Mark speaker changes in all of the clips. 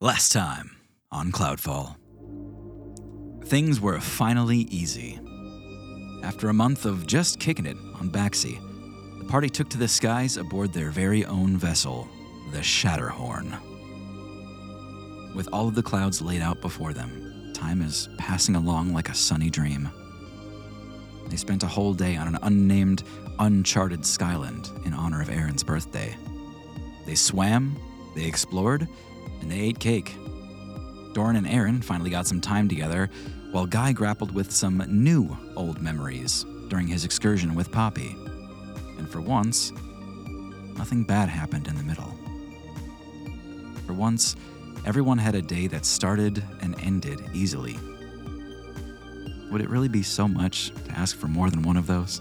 Speaker 1: Last time on Cloudfall. Things were finally easy. After a month of just kicking it on Baxi, the party took to the skies aboard their very own vessel, the Shatterhorn. With all of the clouds laid out before them, time is passing along like a sunny dream. They spent a whole day on an unnamed, uncharted skyland in honor of Aaron's birthday. They swam, they explored, and they ate cake. Doran and Aaron finally got some time together, while Guy grappled with some new old memories during his excursion with Poppy. And for once, nothing bad happened in the middle. For once, everyone had a day that started and ended easily. Would it really be so much to ask for more than one of those?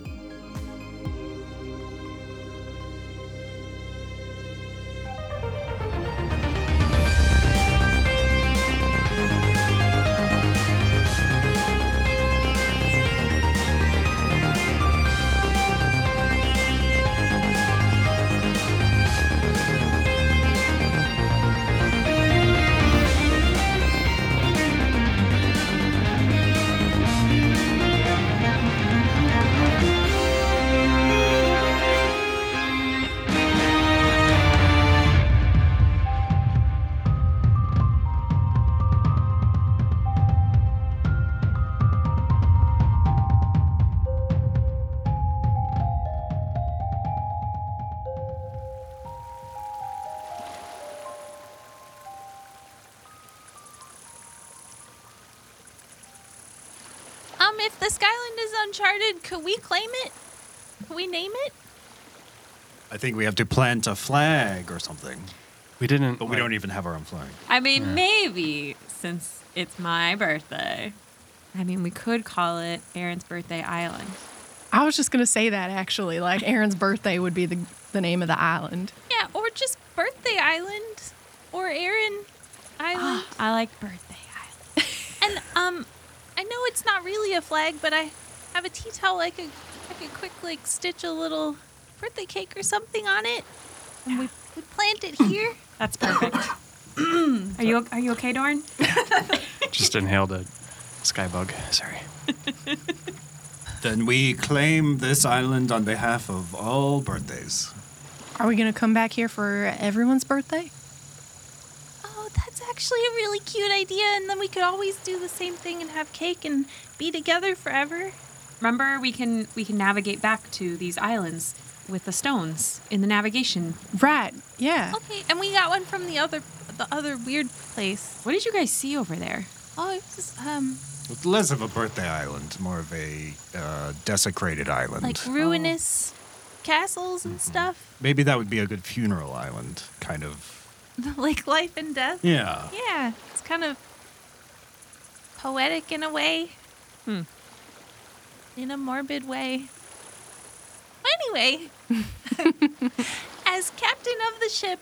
Speaker 2: Um, if the Skyland is uncharted, could we claim it? Could we name it?
Speaker 3: I think we have to plant a flag or something.
Speaker 4: We didn't.
Speaker 3: But we don't even have our own flag.
Speaker 5: I mean, maybe since it's my birthday. I mean, we could call it Aaron's Birthday Island.
Speaker 6: I was just gonna say that actually. Like Aaron's birthday would be the the name of the island.
Speaker 2: Yeah, or just Birthday Island or Erin Island.
Speaker 5: I like Birthday Island.
Speaker 2: and um, I know it's not really a flag, but I have a tea towel. I could I could quick like stitch a little birthday cake or something on it, and we we plant it here.
Speaker 5: That's perfect. are you are you okay, Dorn?
Speaker 4: Just inhaled a sky bug. Sorry.
Speaker 3: Then we claim this island on behalf of all birthdays.
Speaker 6: Are we gonna come back here for everyone's birthday?
Speaker 2: Oh, that's actually a really cute idea. And then we could always do the same thing and have cake and be together forever.
Speaker 5: Remember, we can we can navigate back to these islands with the stones in the navigation.
Speaker 6: Right. Yeah.
Speaker 2: Okay, and we got one from the other the other weird place.
Speaker 5: What did you guys see over there?
Speaker 2: Oh, it was um
Speaker 3: It's less of a birthday island, more of a uh, desecrated island.
Speaker 2: like ruinous castles and stuff,
Speaker 3: Maybe that would be a good funeral island, kind of.
Speaker 2: like life and death.
Speaker 3: Yeah.
Speaker 2: Yeah, it's kind of poetic in a way. In a morbid way. Anyway, as captain of the ship,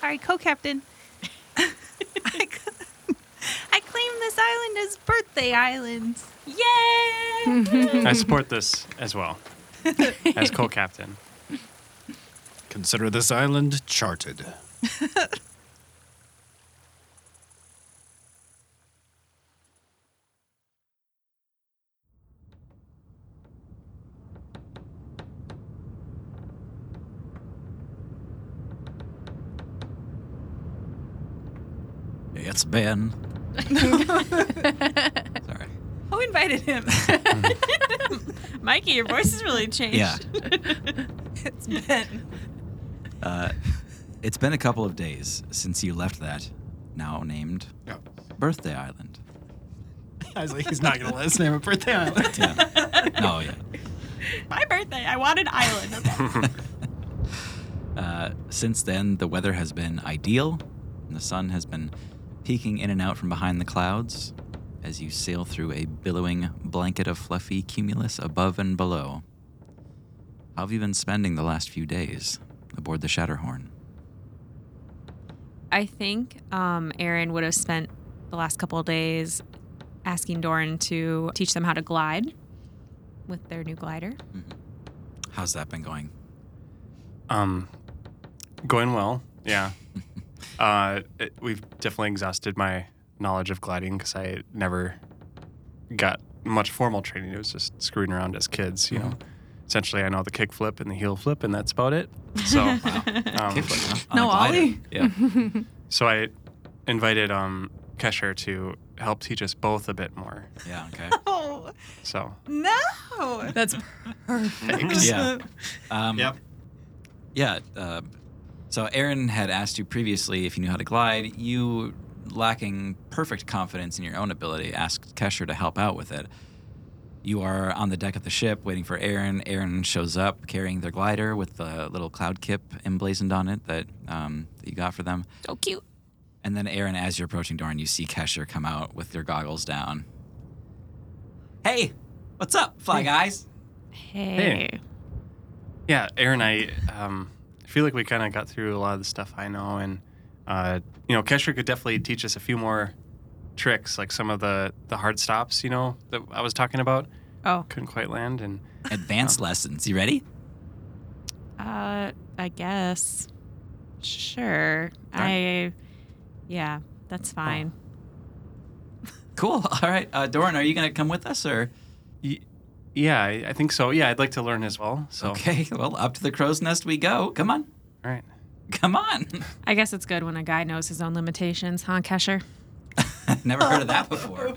Speaker 2: sorry, co-captain, I, c- I claim this island as birthday island. Yay!
Speaker 4: I support this as well, as co-captain.
Speaker 3: Consider this island charted.
Speaker 1: It's Ben. Sorry.
Speaker 5: Who invited him? Mikey, your voice has really changed.
Speaker 1: Yeah.
Speaker 5: it's Ben.
Speaker 1: Uh, it's been a couple of days since you left that now named
Speaker 3: No.
Speaker 1: Birthday Island.
Speaker 3: I was like, he's not going to let us name a birthday island.
Speaker 1: Yeah. no, yeah.
Speaker 5: My birthday. I want an island.
Speaker 1: Uh, since then, the weather has been ideal. And the sun has been peeking in and out from behind the clouds as you sail through a billowing blanket of fluffy cumulus above and below. How have you been spending the last few days aboard the Shatterhorn?
Speaker 5: I think um, Aaron would have spent the last couple of days asking Doran to teach them how to glide with their new glider.
Speaker 1: How's that been going?
Speaker 4: Um, going well. Yeah. Uh, it- we've definitely exhausted my knowledge of gliding because I never got much formal training. It was just screwing around as kids, you know. Essentially, I know the kick flip and the heel flip, and that's about it. So, um,
Speaker 1: Kickflip, huh? On a
Speaker 6: No,
Speaker 1: glider.
Speaker 6: Ollie.
Speaker 1: Yeah.
Speaker 4: so I invited um, Kesher to help teach us both a bit more.
Speaker 1: Yeah. Okay.
Speaker 2: Oh,
Speaker 4: So,
Speaker 2: no.
Speaker 6: That's perfect.
Speaker 1: Yeah. Um,
Speaker 3: Yep.
Speaker 1: Yeah. Uh, so Aaron had asked you previously if you knew how to glide. You, lacking perfect confidence in your own ability, asked Kesher to help out with it. You are on the deck of the ship waiting for Aaron. Aaron shows up carrying their glider with the little cloud kip emblazoned on it that, um, that you got for them.
Speaker 5: So cute.
Speaker 1: And then Aaron, as you're approaching Doran, you see Kesher come out with their goggles down. Hey, what's up, Fly Guys?
Speaker 5: Hey.
Speaker 4: yeah, Aaron, I um, feel like we kind of got through a lot of the stuff I know, and uh, you know, Kesher could definitely teach us a few more tricks, like some of the the hard stops, you know, that I was talking about.
Speaker 5: Oh,
Speaker 4: Couldn't quite land, and
Speaker 1: Advanced lessons. You ready?
Speaker 5: uh, I guess. Sure. I, yeah, that's fine.
Speaker 1: Cool. All right, uh, Doran, are you gonna come with us or?
Speaker 4: y- yeah, I, I think so. Yeah, I'd like to learn as well. So,
Speaker 1: Okay, well, up to the crow's nest we go. Come on,
Speaker 4: all right.
Speaker 1: come on.
Speaker 5: I guess it's good when a guy knows his own limitations, huh, Kesher?
Speaker 1: Never heard of that before.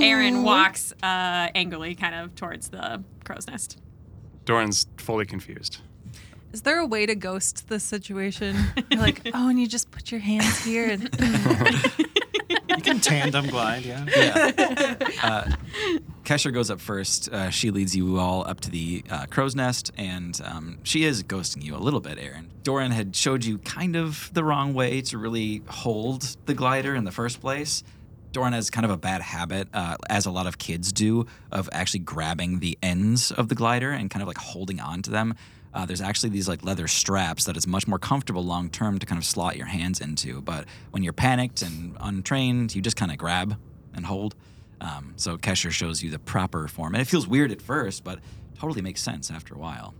Speaker 5: Aaron walks uh, angrily kind of towards the crow's nest.
Speaker 4: Doran's fully confused.
Speaker 2: Is there a way to ghost this situation? You're like, oh, and you just put your hands here. And
Speaker 3: You can tandem glide, yeah.
Speaker 1: Kesher goes up first. Uh, she leads you all up to the uh, crow's nest, and um, she is ghosting you a little bit, Aaron. Doran had showed you kind of the wrong way to really hold the glider in the first place. Doran has kind of a bad habit, uh, as a lot of kids do, of actually grabbing the ends of the glider and kind of like holding on to them. Uh, there's actually these like leather straps that is much more comfortable long term to kind of slot your hands into. But when you're panicked and untrained, you just kind of grab and hold. Um, so Kesher shows you the proper form, and it feels weird at first, but totally makes sense after a while.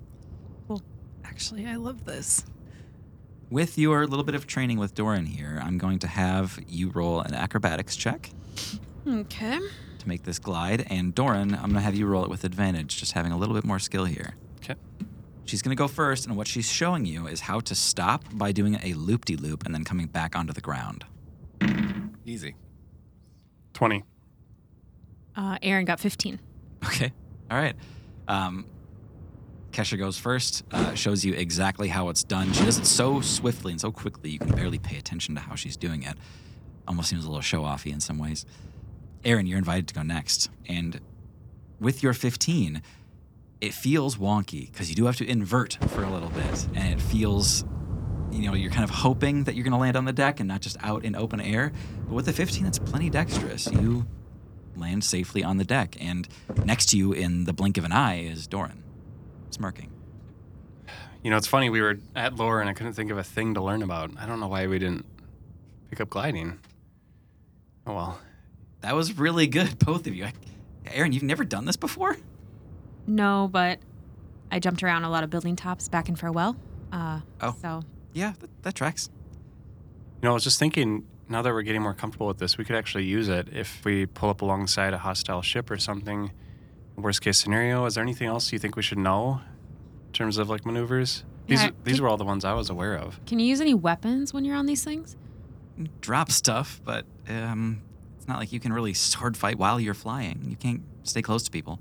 Speaker 6: Actually, I love this.
Speaker 1: With your little bit of training with Doran here, I'm going to have you roll an acrobatics check
Speaker 5: Okay.
Speaker 1: to make this glide, and Doran, I'm going to have you roll it with advantage, just having a little bit more skill here.
Speaker 4: Okay.
Speaker 1: She's going to go first, and what she's showing you is how to stop by doing a loop de loop and then coming back onto the ground.
Speaker 3: Easy.
Speaker 4: 20.
Speaker 5: Uh, Aaron got 15.
Speaker 1: Okay. All right. Um, Kesha goes first, uh, shows you exactly how it's done. She does it so swiftly and so quickly, you can barely pay attention to how she's doing it. Almost seems a little show offy in some ways. Aaron, you're invited to go next. And with your 15, it feels wonky because you do have to invert for a little bit. And it feels, you know, you're kind of hoping that you're going to land on the deck and not just out in open air. But with the 15, that's plenty dexterous. You land safely on the deck, and next to you, in the blink of an eye, is Doran, smirking.
Speaker 4: You know, it's funny. We were at Lower, and I couldn't think of a thing to learn about. I don't know why we didn't pick up gliding. Oh well.
Speaker 1: That was really good, both of you. I, Aaron, you've never done this before?
Speaker 5: No, but I jumped around a lot of building tops back in farewell. Uh,
Speaker 1: Oh.
Speaker 5: So,
Speaker 1: Yeah, that, that tracks.
Speaker 4: You know, I was just thinking, now that we're getting more comfortable with this, we could actually use it if we pull up alongside a hostile ship or something. Worst case scenario, is there anything else you think we should know in terms of like maneuvers? These
Speaker 5: Yeah,
Speaker 4: these
Speaker 5: can-
Speaker 4: were all the ones I was aware of.
Speaker 5: can you use any weapons when you're on these things?
Speaker 1: Drop stuff, but um, it's not like you can really sword fight while you're flying. You can't stay close to people.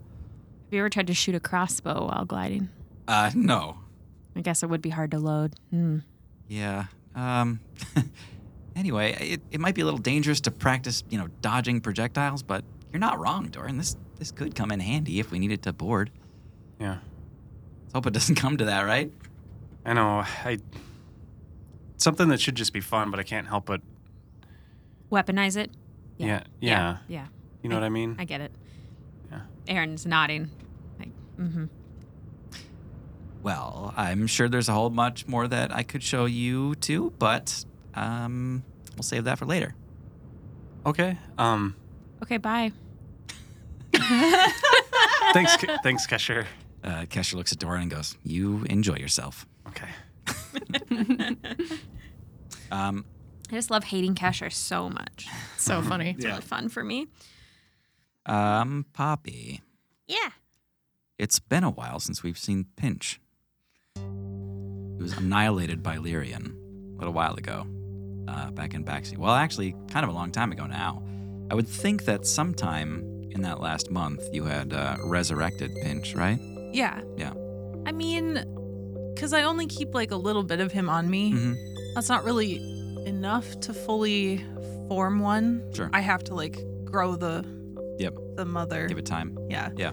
Speaker 5: Have you ever tried to shoot a crossbow while gliding?
Speaker 1: Uh, no.
Speaker 5: I guess it would be hard to load. Hmm.
Speaker 1: Yeah. Um, anyway, it, it might be a little dangerous to practice, you know, dodging projectiles, but you're not wrong, Doran. This, this could come in handy if we needed to board.
Speaker 4: Yeah.
Speaker 1: Let's hope it doesn't come to that, right?
Speaker 4: I know. I it's something that should just be fun, but I can't help but
Speaker 5: Weaponize it?
Speaker 4: yeah. Yeah.
Speaker 5: Yeah. Yeah.
Speaker 4: You know what I mean?
Speaker 5: I get it.
Speaker 4: Yeah.
Speaker 5: Aaron's nodding. Like, mm-hmm.
Speaker 1: Well, I'm sure there's a whole much more that I could show you too, but um, we'll save that for later.
Speaker 4: okay. Um
Speaker 5: Okay, bye.
Speaker 4: thanks Ke- thanks Kesher.
Speaker 1: Uh, Kesher looks at Doran and goes, "You enjoy yourself."
Speaker 4: Okay.
Speaker 1: Um,
Speaker 5: I just love hating Kesher so much.
Speaker 6: So funny.
Speaker 5: It's really fun for me.
Speaker 1: um, Poppy,
Speaker 2: Yeah.
Speaker 1: it's been a while since we've seen Pinch. He was annihilated by Lyrian a little while ago, uh, back in Baxi. Well, actually, kind of a long time ago now. I would think that sometime in that last month you had uh, resurrected Pinch, right?
Speaker 7: Yeah.
Speaker 1: Yeah.
Speaker 7: I mean, because I only keep like a little bit of him on me.
Speaker 1: Mm-hmm.
Speaker 7: That's not really enough to fully form one.
Speaker 1: Sure.
Speaker 7: I have to like grow the
Speaker 1: Yep.
Speaker 7: the mother.
Speaker 1: Give it time.
Speaker 7: yeah.
Speaker 1: yeah.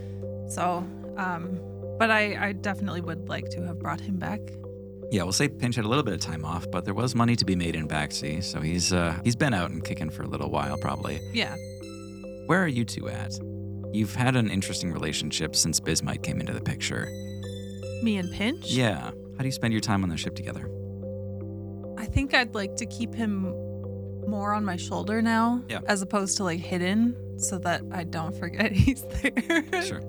Speaker 7: So, um, but I I definitely would like to have brought him back.
Speaker 1: Yeah, we'll say Pinch had a little bit of time off, but there was money to be made in Baxi, so he's uh, he's been out and kicking for a little while, probably.
Speaker 7: Yeah.
Speaker 1: Where are you two at? You've had an interesting relationship since Bismite came into the picture.
Speaker 7: Me and Pinch.
Speaker 1: Yeah. How do you spend your time on the ship together?
Speaker 7: I think I'd like to keep him more on my shoulder now,
Speaker 1: Yeah.
Speaker 7: as opposed to like hidden, so that I don't forget he's there.
Speaker 1: Sure.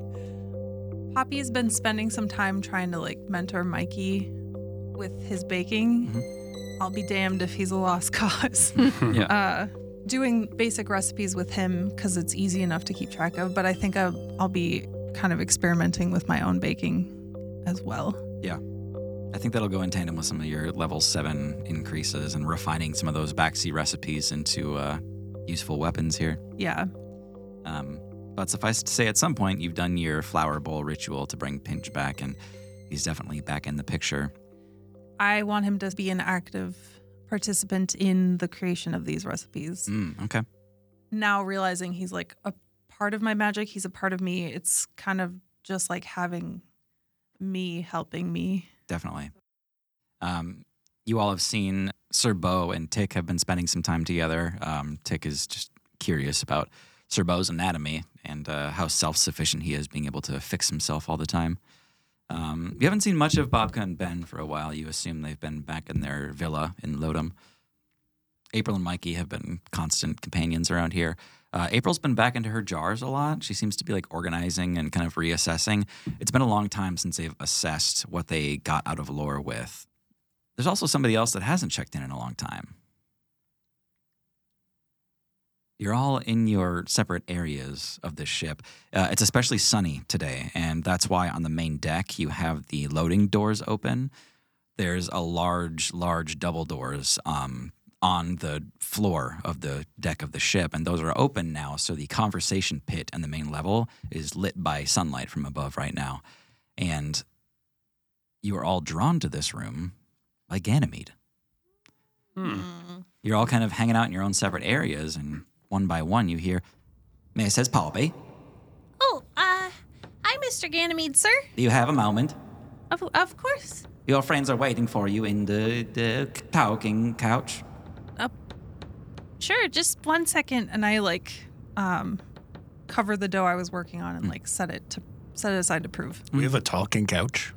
Speaker 7: Poppy's been spending some time trying to like mentor Mikey with his baking. I'll be damned if he's a lost cause.
Speaker 1: Yeah.
Speaker 7: uh, doing basic recipes with him because it's easy enough to keep track of, but I think I'll, I'll be kind of experimenting with my own baking as well.
Speaker 1: I think that'll go in tandem with some of your level seven increases and refining some of those backseat recipes into uh, useful weapons here.
Speaker 7: Yeah.
Speaker 1: Um, but suffice to say, at some point, you've done your flower bowl ritual to bring Pinch back, and he's definitely back in the picture.
Speaker 7: I want him to be an active participant in the creation of these recipes.
Speaker 1: Mm, okay.
Speaker 7: Now realizing he's like a part of my magic, he's a part of me. It's kind of just like having me helping me.
Speaker 1: definitely. Um, you all have seen Sir Bo and Tick have been spending some time together. Um, Tick is just curious about Sir Bo's anatomy and uh, how self sufficient he is, being able to fix himself all the time. Um, you haven't seen much of Bobka and Ben for a while. You assume they've been back in their villa in Lodom. April and Mikey have been constant companions around here. Uh, April's been back into her jars a lot. She seems to be like organizing and kind of reassessing. It's been a long time since they've assessed what they got out of lore with. There's also somebody else that hasn't checked in in a long time. You're all in your separate areas of this ship. Uh, it's especially sunny today, and that's why on the main deck you have the loading doors open there's a large, large double doors um, on the floor of the deck of the ship, and those are open now. So the conversation pit and the main level is lit by sunlight from above right now, and you are all drawn to this room by Ganymede. Hmm. You're all kind of hanging out in your own separate areas, and one by one you hear, "Mrs. Poppy,
Speaker 2: Oh, uh, hi, Mr. Ganymede, sir.
Speaker 1: do you have a moment?
Speaker 2: Of, of course.
Speaker 1: Your friends are waiting for you in the the talking couch."
Speaker 7: Sure, just one second, and I like um, cover the dough I was working on and like set it to set it aside to prove.
Speaker 3: We have a talking couch.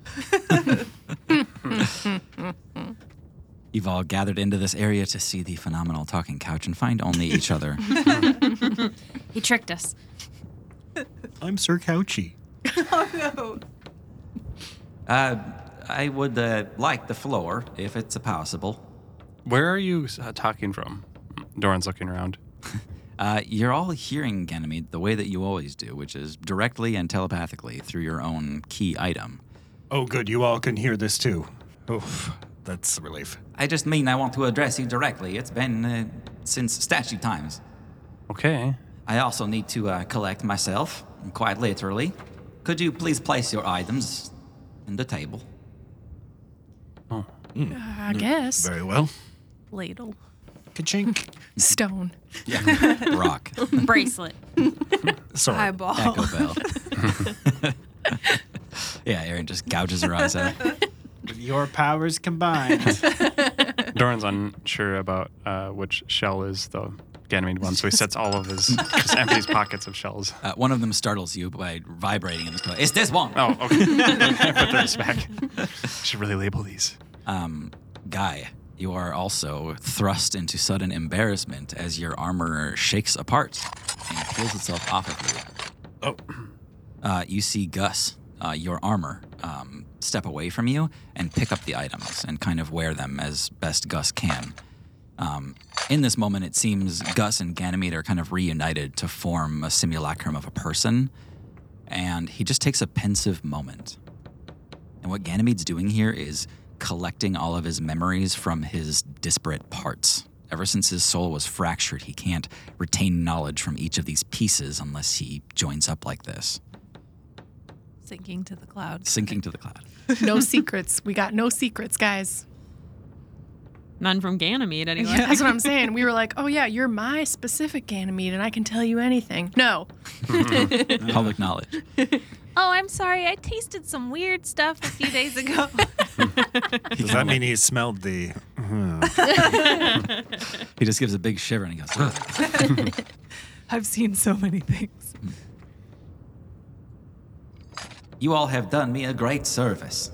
Speaker 1: You've all gathered into this area to see the phenomenal talking couch and find only each other.
Speaker 5: He tricked us.
Speaker 3: I'm Sir Couchy.
Speaker 1: uh, I would uh, like the floor if it's possible.
Speaker 4: Where are you uh, talking from? Doran's looking around.
Speaker 1: Uh, you're all hearing Ganymede the way that you always do, which is directly and telepathically through your own key item.
Speaker 3: Oh, good. You all can hear this too. Oof, that's a relief.
Speaker 1: I just mean I want to address you directly. It's been uh, since statue times.
Speaker 4: Okay.
Speaker 1: I also need to uh, collect myself, quite literally. Could you please place your items in the table?
Speaker 6: I guess.
Speaker 3: Very well.
Speaker 7: Ladle.
Speaker 3: Kachink.
Speaker 6: Stone.
Speaker 1: Yeah. Rock.
Speaker 5: Bracelet.
Speaker 3: Sorry.
Speaker 7: Eyeball.
Speaker 1: Echo Bell. yeah, Aaron just gouges her eyes out.
Speaker 3: Your powers combined.
Speaker 4: Doran's unsure about uh, which shell is the Ganymede one, so he sets all of his, just empties pockets of shells.
Speaker 1: Uh, one of them startles you by vibrating and just going, It's this one!
Speaker 4: Oh, okay. Put those back. Should really label these.
Speaker 1: Um, guy, you are also thrust into sudden embarrassment as your armor shakes apart and pulls itself off of you.
Speaker 3: oh,
Speaker 1: Uh, you see Gus, uh, your armor, um, step away from you and pick up the items and kind of wear them as best Gus can. Um, in this moment, it seems Gus and Ganymede are kind of reunited to form a simulacrum of a person, and he just takes a pensive moment. And what Ganymede's doing here is collecting all of his memories from his disparate parts. Ever since his soul was fractured, he can't retain knowledge from each of these pieces unless he joins up like this,
Speaker 7: Sinking to the clouds.
Speaker 1: sinking to the cloud.
Speaker 6: No secrets. We got no secrets, guys.
Speaker 5: None from Ganymede, anyway.
Speaker 6: That's what I'm saying. We were like, oh, yeah, you're my specific Ganymede and I can tell you anything. No.
Speaker 1: Public knowledge.
Speaker 2: Oh, I'm sorry. I tasted some weird stuff a few days ago.
Speaker 3: Does that mean he smelled the?
Speaker 1: He just gives a big shiver and he goes, "Ugh."
Speaker 7: I've seen so many things.
Speaker 1: You all have done me a great service.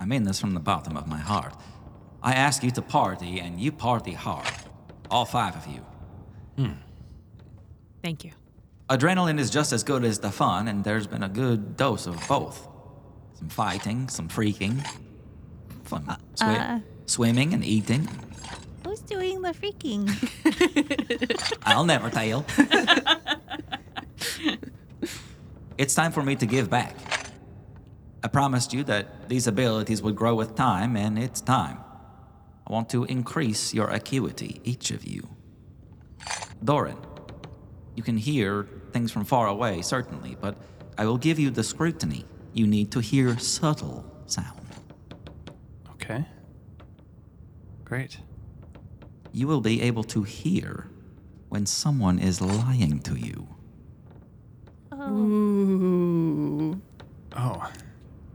Speaker 1: I mean this from the bottom of my heart. I ask you to party, and you party hard. All five of you.
Speaker 5: Thank you.
Speaker 1: Adrenaline is just as good as the fun, and there's been a good dose of both. Some fighting, some freaking, some swi- swimming and eating.
Speaker 2: Who's doing the freaking?
Speaker 1: I'll never tell. it's time for me to give back. I promised you that these abilities would grow with time, and it's time. I want to increase your acuity, each of you. Doran, you can hear things from far away, certainly, but I will give you the scrutiny you need to hear subtle sound.
Speaker 4: Okay. Great.
Speaker 1: You will be able to hear when someone is lying to you.
Speaker 4: Oh,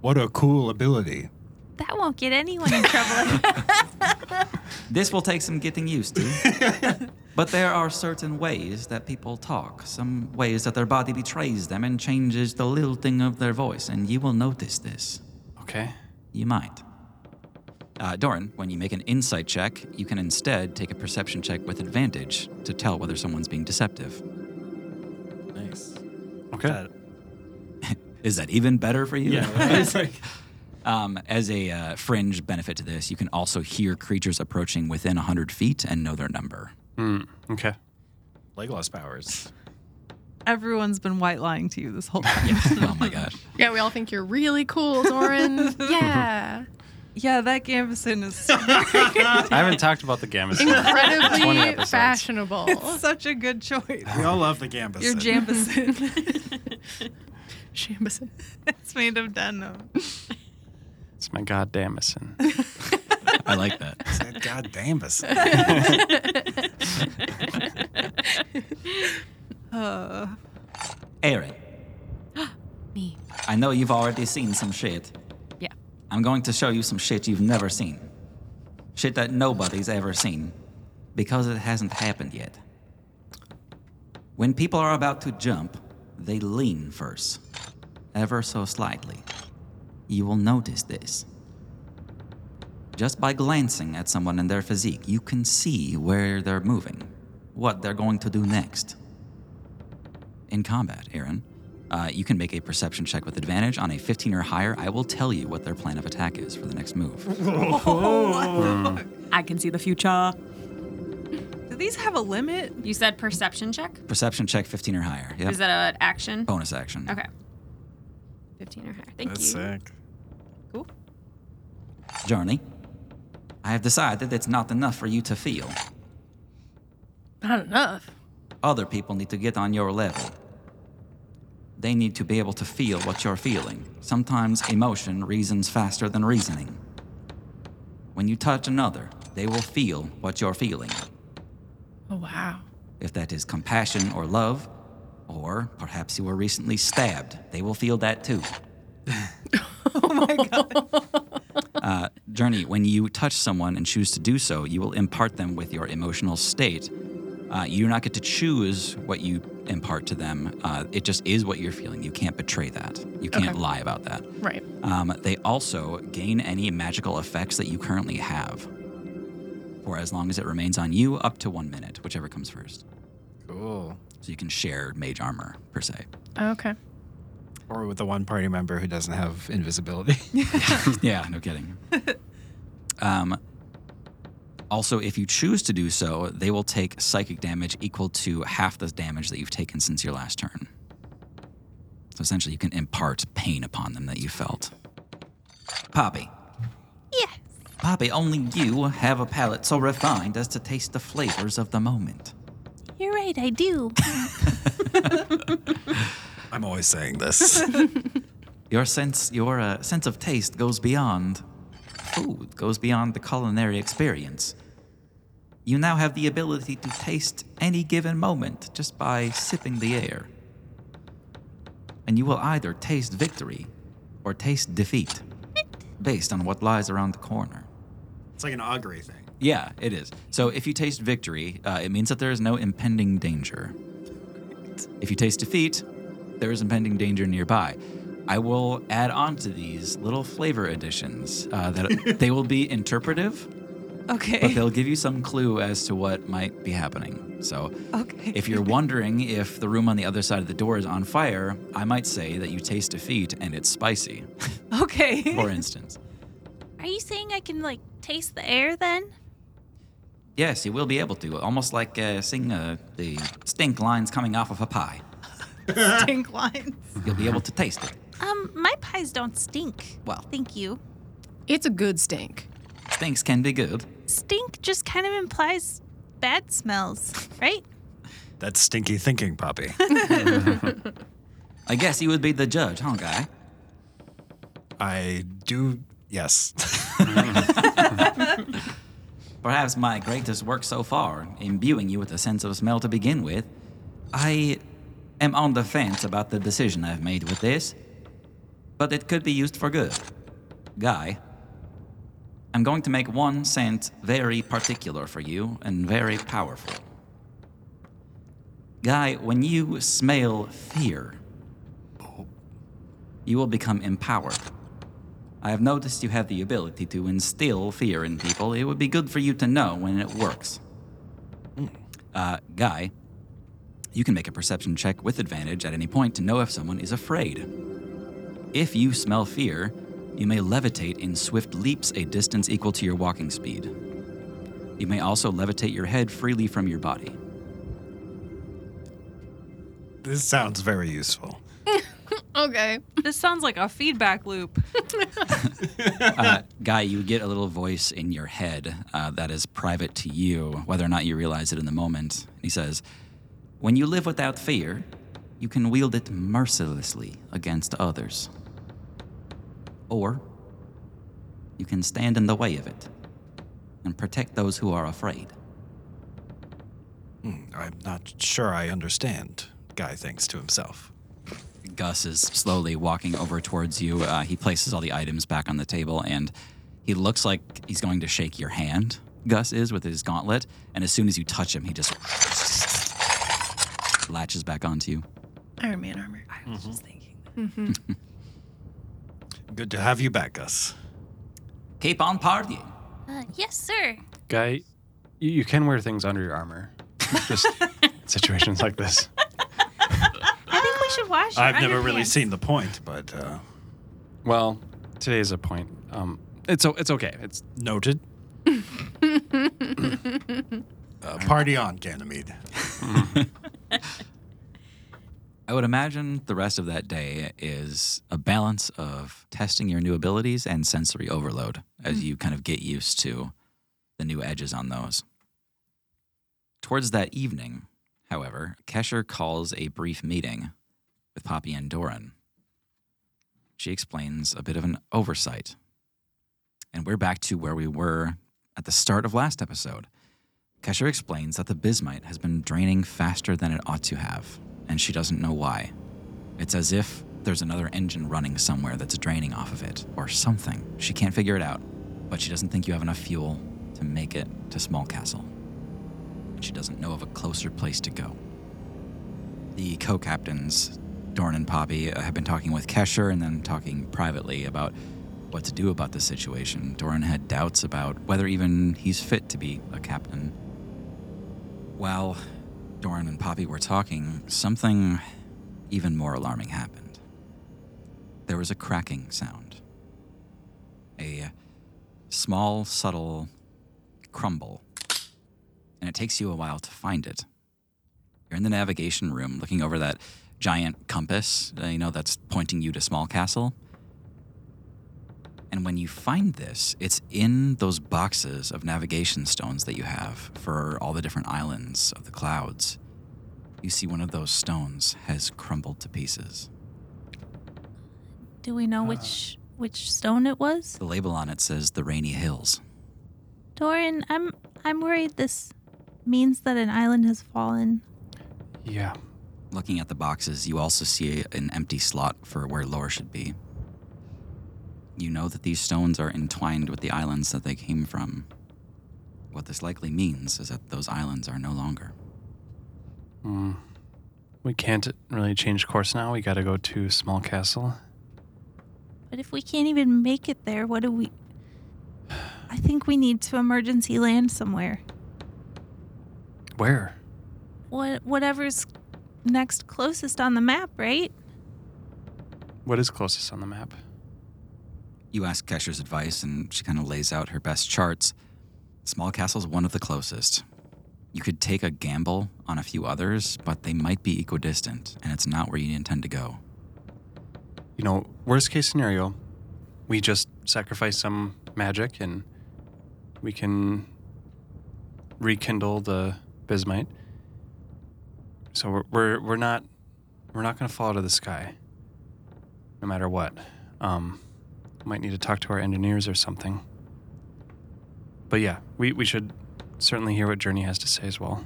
Speaker 3: What a cool ability.
Speaker 2: That won't get anyone in trouble.
Speaker 1: This will take some getting used to. but there are certain ways that people talk, some ways that their body betrays them and changes the lilting of their voice, and you will notice this.
Speaker 4: okay.
Speaker 1: You might. Uh, Doran, when you make an insight check, you can instead take a perception check with advantage to tell whether someone's being deceptive.
Speaker 3: Nice.
Speaker 4: Okay.
Speaker 1: Is that even better for you?
Speaker 3: Yeah. it's like-
Speaker 1: Um, as a uh, fringe benefit to this, you can also hear creatures approaching within 100 feet and know their number.
Speaker 4: Mm, okay.
Speaker 3: Legolas powers.
Speaker 7: Everyone's been white lying to you this whole time.
Speaker 1: oh my gosh.
Speaker 6: Yeah, we all think you're really cool, Doran. yeah.
Speaker 7: yeah, that Gamison is
Speaker 4: I haven't talked about the gammas. Twenty
Speaker 6: Incredibly
Speaker 4: episodes.
Speaker 6: fashionable.
Speaker 7: such a good choice.
Speaker 3: We all love the gambus.
Speaker 7: Your Jambison.
Speaker 6: Shambason.
Speaker 7: it's made of denim.
Speaker 4: It's my goddamn sin.
Speaker 1: I like that.
Speaker 3: That God dambus.
Speaker 7: Uh,
Speaker 1: Aaron.
Speaker 5: Me.
Speaker 1: I know you've already seen some shit.
Speaker 5: Yeah.
Speaker 1: I'm going to show you some shit you've never seen. Shit that nobody's ever seen. Because it hasn't happened yet. When people are about to jump, they lean first. Ever so slightly. You will notice this. Just by glancing at someone and their physique, you can see where they're moving, what they're going to do next in combat, Aaron. Uh, you can make a perception check with advantage on a 15 or higher. I will tell you what their plan of attack is for the next move.
Speaker 5: I can see the future.
Speaker 7: do these have a limit?
Speaker 5: You said perception check?
Speaker 1: perception check 15 or higher. Yep.
Speaker 5: Is that an action?
Speaker 1: bonus action?
Speaker 5: Okay. 15 or higher. Thank
Speaker 3: That's
Speaker 5: you.
Speaker 3: sick.
Speaker 5: Cool.
Speaker 1: Journey. I have decided it's not enough for you to feel.
Speaker 6: Not enough.
Speaker 1: Other people need to get on your level. They need to be able to feel what you're feeling. Sometimes emotion reasons faster than reasoning. When you touch another, they will feel what you're feeling.
Speaker 6: Oh, wow.
Speaker 1: if that is compassion or love, or perhaps you were recently stabbed. They will feel that too. Uh, Journey, when you touch someone and choose to do so, you will impart them with your emotional state. Uh, you do not get to choose what you impart to them. Uh, it just is what you're feeling. You can't betray that. You can't lie about that.
Speaker 6: Right.
Speaker 1: Um, they also gain any magical effects that you currently have for as long as it remains on you, up to one minute, whichever comes first.
Speaker 3: Cool.
Speaker 1: So you can share mage armor, per se.
Speaker 6: Okay.
Speaker 3: Or with the one party member who doesn't have invisibility.
Speaker 1: yeah, no kidding. um, Also, if you choose to do so, they will take psychic damage equal to half the damage that you've taken since your last turn. So essentially, you can impart pain upon them that you felt. Poppy.
Speaker 2: Yes.
Speaker 1: Poppy, only you have a palate so refined as to taste the flavors of the moment.
Speaker 2: You're right, I do.
Speaker 3: I'm always saying this.
Speaker 1: Your sense, your uh, sense of taste goes beyond food, goes beyond the culinary experience. You now have the ability to taste any given moment just by sipping the air. And you will either taste victory or taste defeat based on what lies around the corner.
Speaker 3: it's like an augury thing.
Speaker 1: Yeah, it is. So if you taste victory, uh, it means that there is no impending danger. If you taste defeat, there is impending danger nearby. I will add on to these little flavor additions uh, that they will be interpretive, but
Speaker 7: Okay.
Speaker 1: they'll give you some clue as to what might be happening. So
Speaker 7: Okay.
Speaker 1: if you're wondering if the room on the other side of the door is on fire, I might say that you taste defeat and it's spicy,
Speaker 7: okay.
Speaker 1: for instance.
Speaker 2: Are you saying I can, like, taste the air then?
Speaker 1: Yes, you will be able to. Almost like uh, seeing uh, the stink lines coming off of a pie.
Speaker 7: Stink lines.
Speaker 1: You'll be able to taste it.
Speaker 2: Um, my pies don't stink.
Speaker 1: Well.
Speaker 2: thank you.
Speaker 6: It's a good stink.
Speaker 1: Stinks can be good.
Speaker 2: Stink just kind of implies bad smells, right?
Speaker 3: That's stinky thinking, Poppy.
Speaker 1: I guess you would be the judge, huh, guy?
Speaker 3: I do. Yes.
Speaker 1: Perhaps my greatest work so far, imbuing you with a sense of smell to begin with. I am on the fence about the decision I've made with this, but it could be used for good. Guy, I'm going to make one scent very particular for you and very powerful. Guy, when you smell fear, you will become empowered. I have noticed you have the ability to instill fear in people. It would be good for you to know when it works. Uh, Guy, you can make a perception check with advantage at any point to know if someone is afraid. If you smell fear, you may levitate in swift leaps a distance equal to your walking speed. You may also levitate your head freely from your body.
Speaker 3: this sounds very useful.
Speaker 6: Okay.
Speaker 7: This sounds like a feedback loop.
Speaker 1: uh, Guy, you get a little voice in your head uh, that is private to you, whether or not you realize it in the moment. He says, When you live without fear, you can wield it mercilessly against others. Or you can stand in the way of it and protect those who are afraid.
Speaker 3: I'm not sure I understand. Guy thinks to himself.
Speaker 1: Gus is slowly walking over towards you. Uh, he places all the items back on the table and he looks like he's going to shake your hand. Gus is with his gauntlet, and as soon as you touch him, he just latches back onto you.
Speaker 6: Iron Man armor.
Speaker 7: I was just thinking.
Speaker 3: Good to have you back, Gus.
Speaker 1: Keep on partying.
Speaker 2: Uh, yes, sir.
Speaker 4: Guy, you, you can wear things under your armor. Just situations like this.
Speaker 2: I think we should wash. your
Speaker 3: I've never really
Speaker 2: underpants.
Speaker 3: seen the point, but uh,
Speaker 4: Well, today's a point. Um, it's o- it's okay. It's
Speaker 3: noted. uh, party on, Ganymede.
Speaker 1: I would imagine the rest of that day is a balance of testing your new abilities and sensory overload as you kind of get used to the new edges on those. Towards that evening, however, Kesher calls a brief meeting with Poppy and Doran. She explains a bit of an oversight. And we're back to where we were at the start of last episode. Kesher explains that the bismite has been draining faster than it ought to have, and she doesn't know why. It's as if there's another engine running somewhere that's draining off of it, or something. She can't figure it out, but she doesn't think you have enough fuel to make it to Small Castle. And she doesn't know of a closer place to go. The co captains, Dorn and Poppy, uh, have been talking with Kesher and then talking privately about what to do about the situation. Dorn had doubts about whether even he's fit to be a captain. While Doran and Poppy were talking, something even more alarming happened. There was a cracking sound. A small, subtle crumble, and it takes you a while to find it. You're in the navigation room looking over that giant compass, uh, you know, that's pointing you to Small Castle. And when you find this, it's in those boxes of navigation stones that you have for all the different islands of the clouds. You see one of those stones has crumbled to pieces.
Speaker 2: Do we know which which stone it was?
Speaker 1: The label on it says the Rainy Hills.
Speaker 2: Doran, I'm I'm worried this means that an island has fallen.
Speaker 4: Yeah.
Speaker 1: Looking at the boxes, you also see an empty slot for where lore should be. You know that these stones are entwined with the islands that they came from. What this likely means is that those islands are no longer.
Speaker 4: Mm. We can't really change course now. We got to go to Small Castle.
Speaker 2: But if we can't even make it there, what do we I think we need to emergency land somewhere.
Speaker 4: Where?
Speaker 2: What whatever's next closest on the map, right?
Speaker 4: What is closest on the map?
Speaker 1: You ask Kesher's advice, and she kind of lays out her best charts. Small Castle's one of the closest. You could take a gamble on a few others, but they might be equidistant, and it's not where you intend to go.
Speaker 4: You know, worst case scenario, we just sacrifice some magic and we can rekindle the bismite. So we're we're, we're not we're not going to fall out of the sky, no matter what. Um, might need to talk to our engineers or something. But yeah, we, we should certainly hear what Journey has to say as well.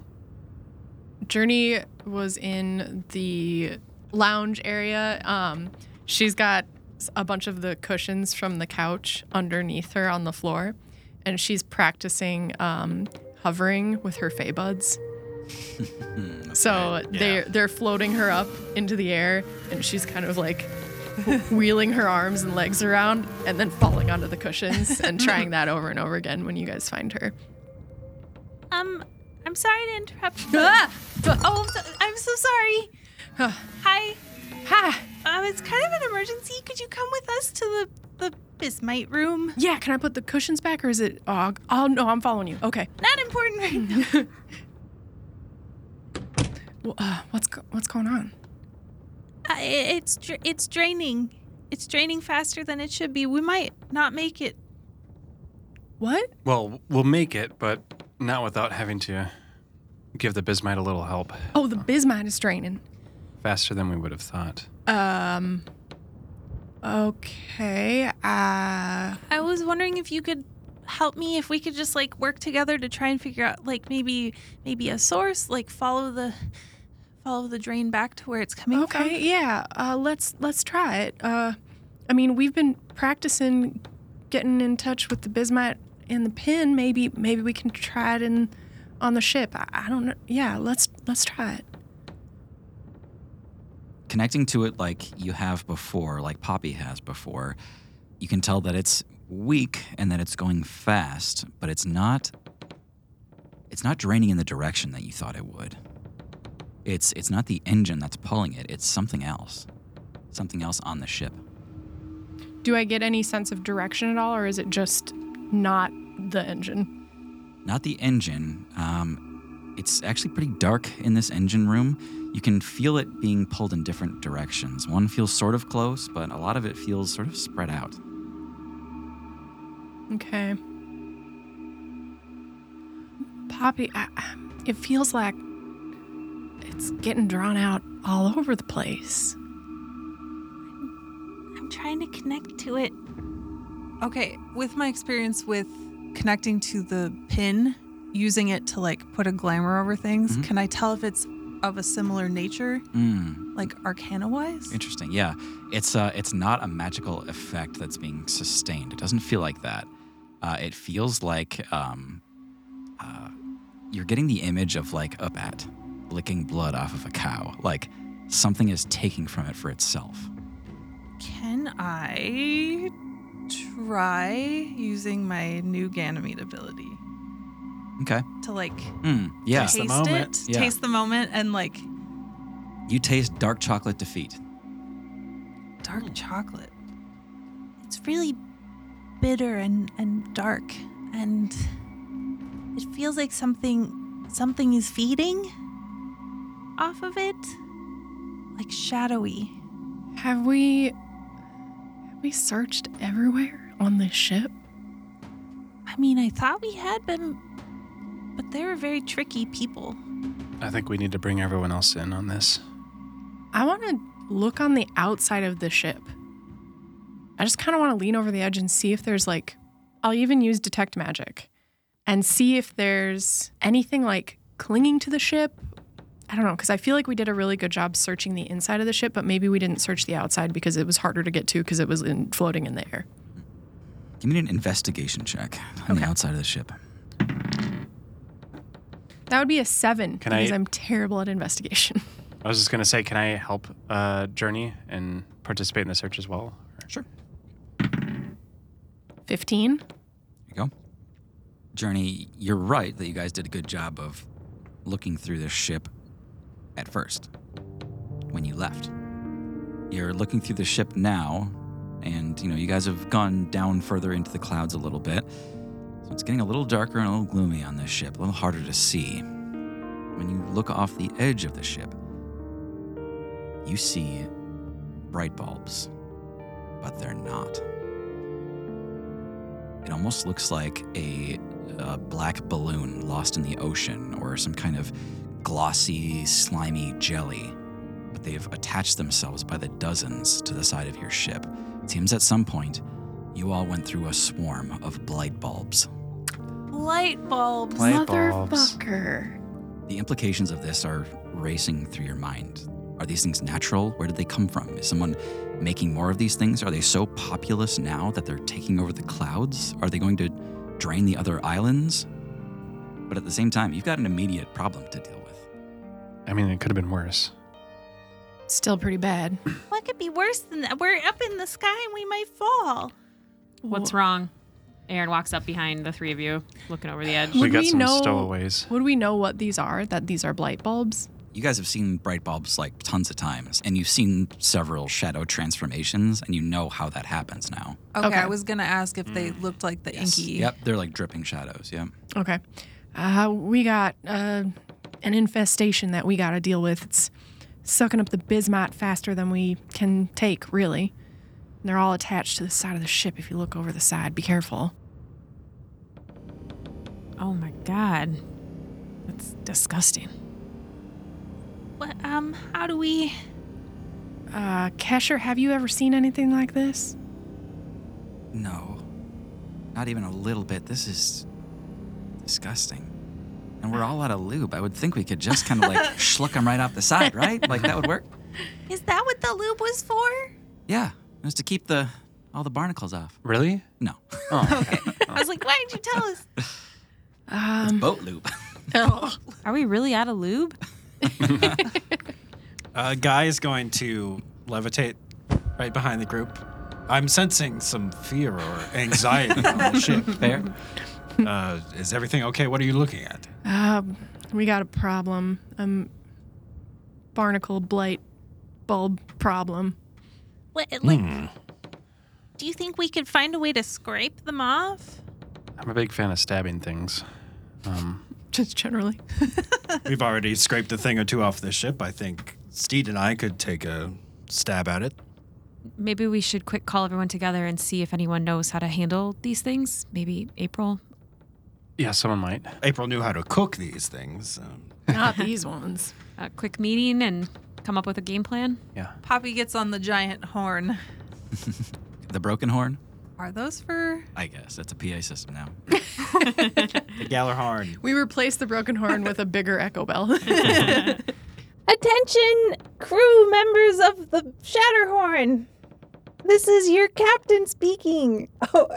Speaker 6: Journey was in the lounge area. Um, she's got s- a bunch of the cushions from the couch underneath her on the floor, and she's practicing um, hovering with her fey buds. so they're they're floating her up into the air, and she's kind of like wheeling her arms and legs around, and then falling onto the cushions and trying that over and over again when you guys find her.
Speaker 2: Um, I'm sorry to interrupt. but- oh, I'm so, I'm so sorry. Hi.
Speaker 6: Ha!
Speaker 2: Um, it's kind of an emergency. Could you come with us to the the bismite room?
Speaker 6: Yeah, can I put the cushions back, or is it? Oh, oh no, I'm following you. Okay.
Speaker 2: Not important right now.
Speaker 6: Well, uh, what's go- what's going on?
Speaker 2: Uh, i- it's dr- it's draining. It's draining faster than it should be. We might not make it.
Speaker 6: What?
Speaker 4: Well, we'll make it, but not without having to give the bismite a little help
Speaker 6: Oh, the bismite is draining.
Speaker 4: faster than we would have thought.
Speaker 6: Um. Okay. Uh.
Speaker 2: I was wondering if you could help me if we could just like work together to try and figure out like maybe maybe a source like follow the follow the drain back to where it's coming from.
Speaker 6: Okay. Yeah. Uh. Let's let's try it. Uh. I mean, we've been practicing getting in touch with the bismite and the pin. Maybe maybe we can try it in on the ship. I, I don't know. Yeah. Let's let's try it.
Speaker 1: connecting to it like you have before, like Poppy has before, you can tell that it's weak and that it's going fast, but it's not it's not draining in the direction that you thought it would. It's it's not the engine that's pulling it, it's something else. Something else on the ship.
Speaker 6: Do I get any sense of direction at all, or is it just not the engine?
Speaker 1: not the engine. Um, it's actually pretty dark in this engine room. You can feel it being pulled in different directions. One feels sort of close, but a lot of it feels sort of spread out.
Speaker 6: Okay. Poppy, I, I- it feels like it's getting drawn out all over the place.
Speaker 2: I'm trying to connect to it.
Speaker 7: Okay, with my experience with connecting to the pin, using it to like put a glamour over things,
Speaker 1: Mm-hmm.
Speaker 7: can I tell if it's of a similar nature,
Speaker 1: Mm,
Speaker 7: like arcana wise?
Speaker 1: interesting. Yeah, it's uh, it's not a magical effect that's being sustained. It doesn't feel like that. Uh, it feels like um, uh, you're getting the image of like a bat licking blood off of a cow. Like something is taking from it for itself.
Speaker 7: Can I try using my new Ganymede ability
Speaker 1: Okay.
Speaker 7: to like
Speaker 1: Mm, yeah.
Speaker 7: taste
Speaker 3: moment.
Speaker 7: it,
Speaker 1: Yeah.
Speaker 7: taste the moment, and like
Speaker 1: You taste dark chocolate defeat. Mm.
Speaker 7: dark chocolate?
Speaker 2: It's really bitter and and dark and It feels like something something is feeding off of it. Like shadowy.
Speaker 6: Have we have we searched everywhere on this ship?
Speaker 2: I mean, I thought we had been but they were very tricky people.
Speaker 4: I think we need to bring everyone else in on this.
Speaker 6: I want to look on the outside of the ship. I just kind of want to lean over the edge and see if there's like, I'll even use detect magic and see if there's anything like clinging to the ship. I don't know, because I feel like we did a really good job searching the inside of the ship, but maybe we didn't search the outside because it was harder to get to because it was in, floating in the air.
Speaker 1: Give me an investigation check on the outside of the ship.
Speaker 6: That would be a seven
Speaker 4: Can I-
Speaker 6: because I'm terrible at investigation.
Speaker 4: I was just gonna say, can I help uh, Journey and participate in the search as well?
Speaker 1: Sure.
Speaker 6: 15?
Speaker 1: There you go. Journey, you're right that you guys did a good job of looking through this ship at first when you left. You're looking through the ship now, and you know, you guys have gone down further into the clouds a little bit. So it's getting a little darker and a little gloomy on this ship, a little harder to see. When you look off the edge of the ship, you see bright bulbs, but they're not. It almost looks like a, a black balloon lost in the ocean or some kind of glossy, slimy jelly. But they've attached themselves by the dozens to the side of your ship. It seems at some point you all went through a swarm of blight bulbs.
Speaker 2: Light bulbs.
Speaker 6: Motherfucker.
Speaker 1: The implications of this are racing through your mind. Are these things natural? Where did they come from? Is someone making more of these things? Are they so populous now that they're taking over the clouds? Are they going to drain the other islands? But at the same time, you've got an immediate problem to deal with.
Speaker 4: I mean, it could have been worse.
Speaker 6: Still pretty bad.
Speaker 2: What could be worse than that? We're up in the sky and we might fall.
Speaker 5: What's wrong? Aaron walks up behind the three of you, looking over the edge.
Speaker 6: Would
Speaker 4: we got
Speaker 6: we
Speaker 4: some
Speaker 6: know-
Speaker 4: stowaways.
Speaker 6: Would we know what these are? That these are blight bulbs?
Speaker 1: You guys have seen bright bulbs like tons of times, and you've seen several shadow transformations, and you know how that happens now.
Speaker 7: Okay,
Speaker 6: Okay.
Speaker 7: I was gonna ask if they looked like the inky.
Speaker 1: Mm. Yep, they're like dripping shadows. Yep.
Speaker 6: Okay. Uh, we got uh, an infestation that we got to deal with. It's sucking up the bismite faster than we can take, really. And they're all attached to the side of the ship. If you look over the side, be careful.
Speaker 5: Oh my god. That's disgusting.
Speaker 2: What um how do we
Speaker 6: Uh, Kesher, have you ever seen anything like this?
Speaker 1: No. Not even a little bit. This is disgusting. And we're all out of lube. I would think we could just kind of like schluck them right off the side, right? Like that would work.
Speaker 2: Is that what the lube was for?
Speaker 1: Yeah, just to keep the all the barnacles off.
Speaker 4: Really?
Speaker 1: No,
Speaker 2: I was like, why didn't you tell us?
Speaker 1: it's
Speaker 6: Um,
Speaker 1: boat lube.
Speaker 5: Are we really out of lube?
Speaker 3: Uh, Guy is going to levitate right behind the group. I'm sensing some fear or anxiety on the ship.
Speaker 1: Fair.
Speaker 3: Uh, is everything okay? What are you looking at?
Speaker 6: uh, we got a problem. Um, barnacle blight bulb problem.
Speaker 2: What it- like do you think we could find a way to scrape them off?
Speaker 4: I'm a big fan of stabbing things. Um,
Speaker 6: Just generally.
Speaker 3: We've already scraped a thing or two off this ship. I think Steed and I could take a stab at it.
Speaker 5: Maybe we should quick call everyone together and see if anyone knows how to handle these things. Maybe April.
Speaker 4: yeah, someone might.
Speaker 3: April knew how to cook these things. Um,
Speaker 6: Not these ones.
Speaker 5: A quick meeting and come up with a game plan.
Speaker 4: Yeah.
Speaker 7: Poppy gets on the giant horn.
Speaker 1: The broken horn.
Speaker 7: Are those for?
Speaker 1: I guess that's a PA system now.
Speaker 3: the Gallarhorn.
Speaker 6: We replaced the broken horn with a bigger echo bell.
Speaker 2: Attention, crew members of the Shatterhorn. This is your captain speaking. Oh,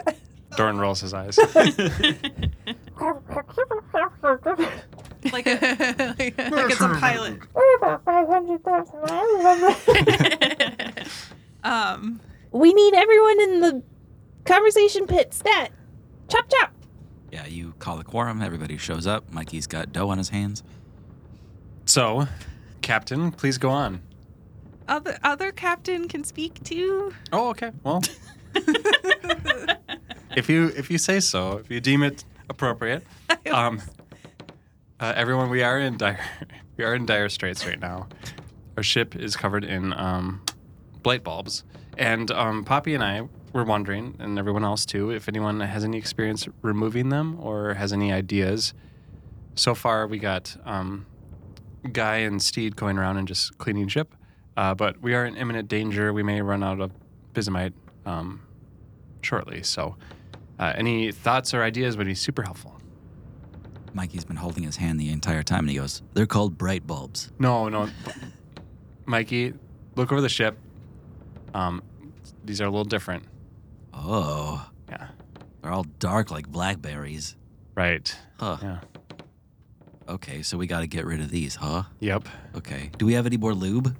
Speaker 4: Doran rolls his eyes.
Speaker 7: Like, a, like, it's a pilot.
Speaker 8: We're about 500,000 miles away.
Speaker 7: Um,
Speaker 8: We need everyone in the conversation pit stat. Chop chop.
Speaker 1: Yeah, you call the quorum. Everybody shows up. Mikey's got dough on his hands.
Speaker 4: so, Captain, please go on.
Speaker 7: other other captain can speak too.
Speaker 4: Oh, okay. Well, if you if you say so, if you deem it appropriate. Um, uh, everyone, we are in dire we are in dire straits right now. Our ship is covered in um, blight bulbs, and um, Poppy and I were wondering, and everyone else too, if anyone has any experience removing them or has any ideas. So far, we got um, Guy and Steed going around and just cleaning ship, uh, but we are in imminent danger. We may run out of bismite um, shortly, so. Uh, any thoughts or ideas would be super helpful.
Speaker 1: Mikey's been holding his hand the entire time and he goes, They're called bright bulbs.
Speaker 4: No, no. Mikey, look over the ship. Um, these are a little different.
Speaker 1: Oh,
Speaker 4: Yeah.
Speaker 1: they're all dark like blackberries.
Speaker 4: Right.
Speaker 1: Huh.
Speaker 4: Yeah.
Speaker 1: Okay, so we got to get rid of these, huh?
Speaker 4: Yep.
Speaker 1: Okay. Do we have any more lube?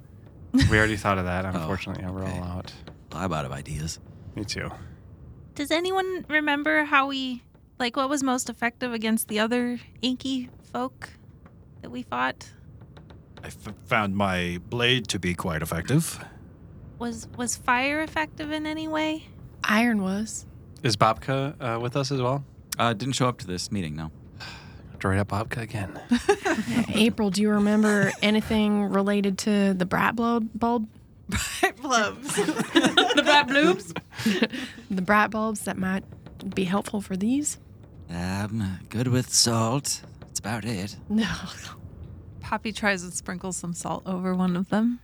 Speaker 4: We already thought of that. Unfortunately, yeah, we're
Speaker 1: okay.
Speaker 4: all out.
Speaker 1: I'm out of ideas.
Speaker 4: Me too.
Speaker 2: Does anyone remember how we, like, what was most effective against the other inky folk that we fought?
Speaker 3: I f- found my blade to be quite effective.
Speaker 2: Was was fire effective in any way?
Speaker 6: Iron was.
Speaker 4: Is Bobka uh, with us as well?
Speaker 1: Uh, didn't show up to this meeting, no.
Speaker 4: Droid up Bobka again.
Speaker 6: April, do you remember anything related to the brat bulb? bulb?
Speaker 5: the brat bloobs.
Speaker 6: The brat bulbs that might be helpful for these?
Speaker 1: Um, good with salt. That's about it.
Speaker 6: No.
Speaker 7: Poppy tries and sprinkles some salt over one of them.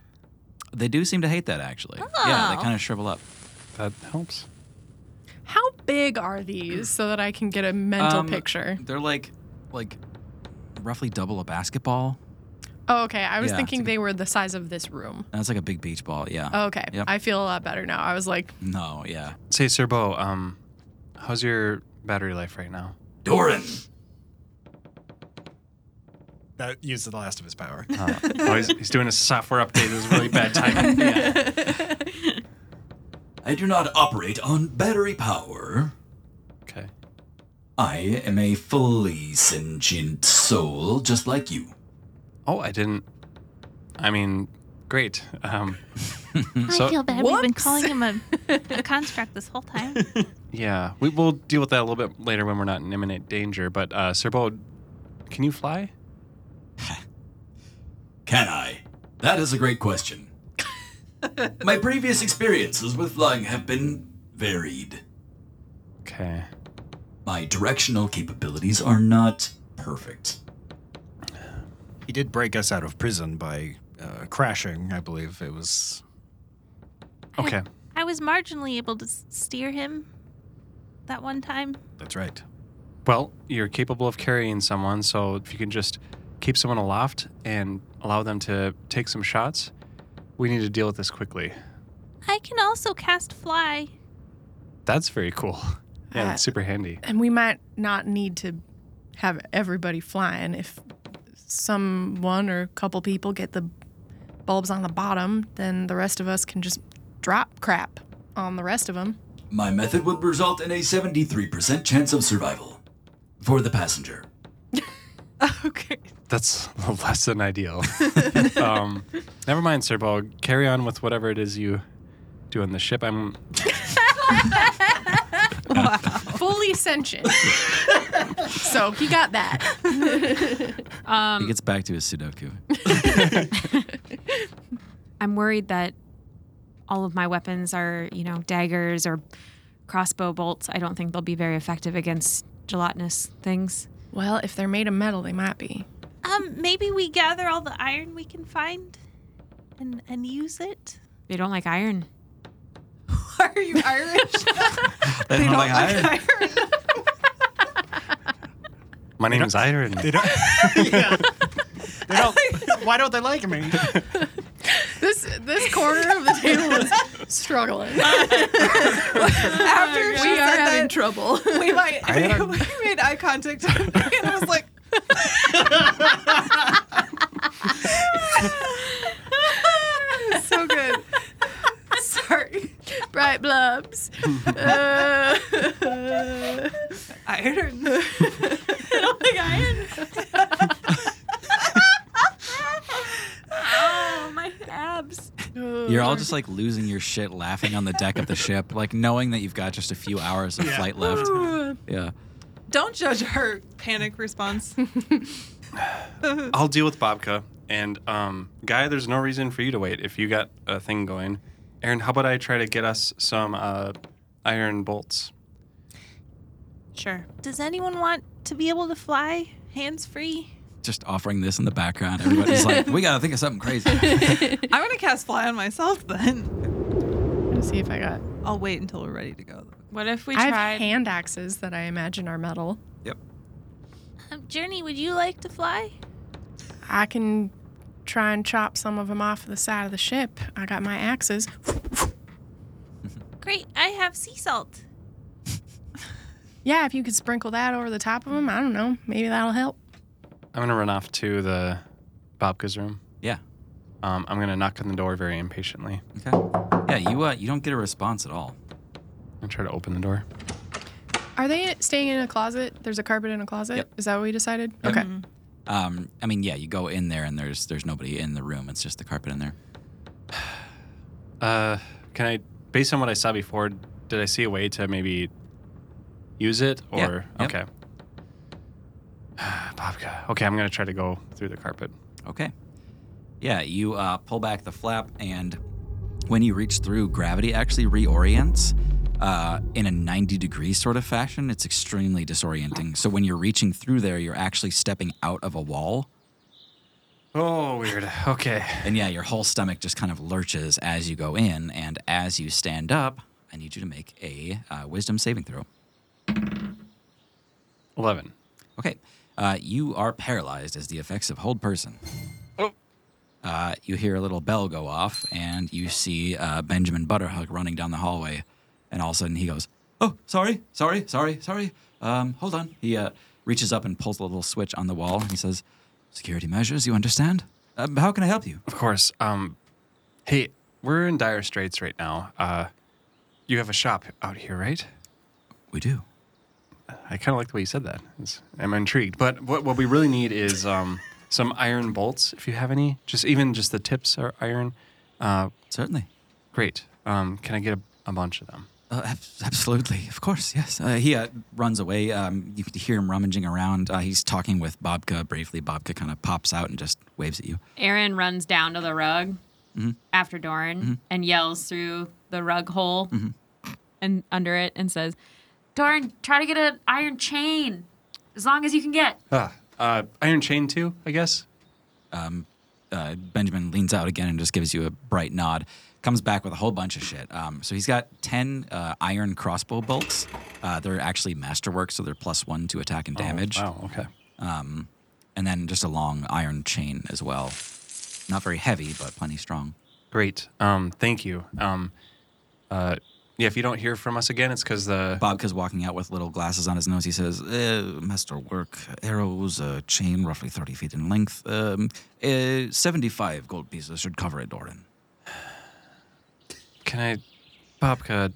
Speaker 1: They do seem to hate that, actually. Yeah, they
Speaker 2: Oh.
Speaker 1: kind of shrivel up.
Speaker 4: That helps.
Speaker 6: How big are these so that I can get a mental
Speaker 1: Um,
Speaker 6: picture?
Speaker 1: They're like, like, roughly double a basketball.
Speaker 6: Oh, okay. I was
Speaker 1: yeah,
Speaker 6: thinking
Speaker 1: it's a-
Speaker 6: they were the size of this room.
Speaker 1: That's like a big beach ball, yeah.
Speaker 6: Okay.
Speaker 1: Yep.
Speaker 6: I feel a lot better now. I was like,
Speaker 1: No, yeah.
Speaker 4: Say, Sir Bo, um, how's your battery life right now?
Speaker 1: Doran!
Speaker 3: That used the last of his power.
Speaker 4: Uh, oh, he's, he's doing a software update. It was really bad timing.
Speaker 1: I do not operate on battery power.
Speaker 4: Okay.
Speaker 1: I am a fully sentient soul, just like you.
Speaker 4: Oh, I didn't. I mean, great. Um,
Speaker 1: Mm.
Speaker 2: I
Speaker 4: so
Speaker 2: feel bad. We've been
Speaker 6: Whoops.
Speaker 2: calling him a, a construct this whole time.
Speaker 4: yeah, we will deal with that a little bit later when we're not in imminent danger. But uh, Sir Bo, can you fly?
Speaker 1: Can I? That is a great question. My previous experiences with flying have been varied.
Speaker 4: Okay.
Speaker 1: My directional capabilities are not perfect.
Speaker 3: He did break us out of prison by uh, crashing, I believe. It was.
Speaker 4: Okay.
Speaker 2: I was marginally able to s- steer him that one time.
Speaker 3: That's right.
Speaker 4: Well, you're capable of carrying someone, so if you can just keep someone aloft and allow them to take some shots, we need to deal with this quickly.
Speaker 2: I can also cast fly.
Speaker 4: That's very cool. Yeah,
Speaker 6: Uh,
Speaker 4: that's super handy.
Speaker 6: and we might not need to have everybody flying if someone or a couple people get the bulbs on the bottom, then the rest of us can just drop crap on the rest of them.
Speaker 1: My method would result in a 73% chance of survival for the passenger.
Speaker 7: Okay.
Speaker 4: That's less than ideal. um, never mind, Sir Bo. Carry on with whatever it is you do on the ship. I'm
Speaker 6: Fully sentient. so he got that.
Speaker 5: Um,
Speaker 1: He gets back to his Sudoku.
Speaker 5: I'm worried that all of my weapons are, you know, daggers or crossbow bolts. I don't think they'll be very effective against gelatinous things.
Speaker 6: Well, if they're made of metal, they might be.
Speaker 2: Um, maybe we gather all the iron we can find and and use it.
Speaker 5: They don't like iron.
Speaker 7: Are you Irish?
Speaker 1: They don't like iron.
Speaker 4: my name is Iron.
Speaker 3: They don't. yeah. They don't. why don't they like me?
Speaker 6: This this corner of the table is struggling.
Speaker 7: After
Speaker 6: Oh
Speaker 7: she
Speaker 6: we are
Speaker 7: said
Speaker 6: having
Speaker 7: that,
Speaker 6: trouble.
Speaker 7: we might
Speaker 3: I had a-
Speaker 7: we made eye contact, and I was like, so good. Sorry,
Speaker 6: Bright blobs. Uh,
Speaker 7: iron.
Speaker 5: Oh, my abs.
Speaker 1: You're all just like losing your shit laughing on the deck of the ship, like knowing that you've got just a few hours of flight left. Yeah.
Speaker 7: Don't judge her panic response.
Speaker 4: I'll deal with Bobka. And um, Guy, there's no reason for you to wait if you got a thing going. Aaron, how about I try to get us some uh, iron bolts?
Speaker 2: Sure. Does anyone want to be able to fly hands free?
Speaker 1: Just offering this in the background. Everybody's like, we got to think of something crazy.
Speaker 7: I'm gonna cast fly on myself then.
Speaker 6: Let's see if I got.
Speaker 7: I'll wait until we're ready to go.
Speaker 5: What if we
Speaker 6: I
Speaker 5: tried?
Speaker 6: have hand axes that I imagine are metal.
Speaker 2: Um, Journey, would you like to fly?
Speaker 6: I can try and chop some of them off the side of the ship. I got my axes.
Speaker 2: Great. I have sea salt.
Speaker 6: Yeah, if you could sprinkle that over the top of them, I don't know. Maybe that'll help.
Speaker 4: I'm gonna run off to the Bobka's room.
Speaker 1: Yeah.
Speaker 4: Um, I'm gonna knock on the door very impatiently
Speaker 1: Okay. Yeah, you uh, you don't get a response at all.
Speaker 4: and try to open the door.
Speaker 6: Are they staying in a closet? There's a carpet in a closet.
Speaker 1: Yep.
Speaker 6: Is that what we decided?
Speaker 1: Yep.
Speaker 7: Mm-hmm.
Speaker 6: Okay.
Speaker 1: Um, I mean, yeah, you go in there and there's there's nobody in the room. It's just the carpet in there.
Speaker 4: Uh, can I, based on what I saw before, did I see a way to maybe use it
Speaker 1: Yeah.
Speaker 4: or
Speaker 1: Yep.
Speaker 4: okay? Bobka. Okay, I'm gonna try to go through the carpet.
Speaker 1: Okay. Yeah, you uh, pull back the flap, and when you reach through, gravity actually reorients uh, in a 90 degree sort of fashion. It's extremely disorienting. So when you're reaching through there, you're actually stepping out of a wall.
Speaker 4: Oh, weird. Okay.
Speaker 1: And yeah, your whole stomach just kind of lurches as you go in. And as you stand up, I need you to make a uh, wisdom saving throw.
Speaker 4: Eleven.
Speaker 1: Okay. Uh, you are paralyzed as the effects of hold person.
Speaker 4: Oh.
Speaker 1: Uh, you hear a little bell go off, and you see uh, Benjamin Butterhug running down the hallway. And all of a sudden, he goes, "Oh, sorry, sorry, sorry, sorry. Um, hold on." He uh, reaches up and pulls a little switch on the wall, and he says, "Security measures. You understand? Um, how can I help you?"
Speaker 4: Of course. Um, hey, we're in dire straits right now. Uh, you have a shop out here, right?
Speaker 1: We do.
Speaker 4: I kind of like the way you said that. It's- I'm intrigued. But what, what we really need is um, some iron bolts, if you have any. Just even just the tips are iron. Uh,
Speaker 1: Certainly.
Speaker 4: great. Um, can I get a, a bunch of them?
Speaker 1: Uh, ab- absolutely, of course, yes. Uh, he uh, runs away. Um, you can hear him rummaging around. Uh, he's talking with Bobka briefly. Bobka kind of pops out and just waves at you.
Speaker 5: Aaron runs down to the rug after Doran and yells through the rug hole and under it and says, Doran, try to get an iron chain as long as you can get.
Speaker 4: Ah, uh, iron chain too, I guess.
Speaker 1: uh, Benjamin leans out again and just gives you a bright nod. Comes back with a whole bunch of shit. Um, so he's got 10 uh, iron crossbow bolts. Uh, they're actually masterwork, so they're plus one to attack and damage.
Speaker 4: Wow. Okay.
Speaker 1: And then just a long iron chain as well. Not very heavy, but plenty strong.
Speaker 4: Great. Um, thank you. Um, uh, yeah. If you don't hear from us again, it's because the
Speaker 1: Bobka's walking out with little glasses on his nose. He says, uh, Masterwork, arrows, a chain roughly 30 feet in length. Um, uh, 75 gold pieces should cover it, Doran.
Speaker 4: can I, Bobka,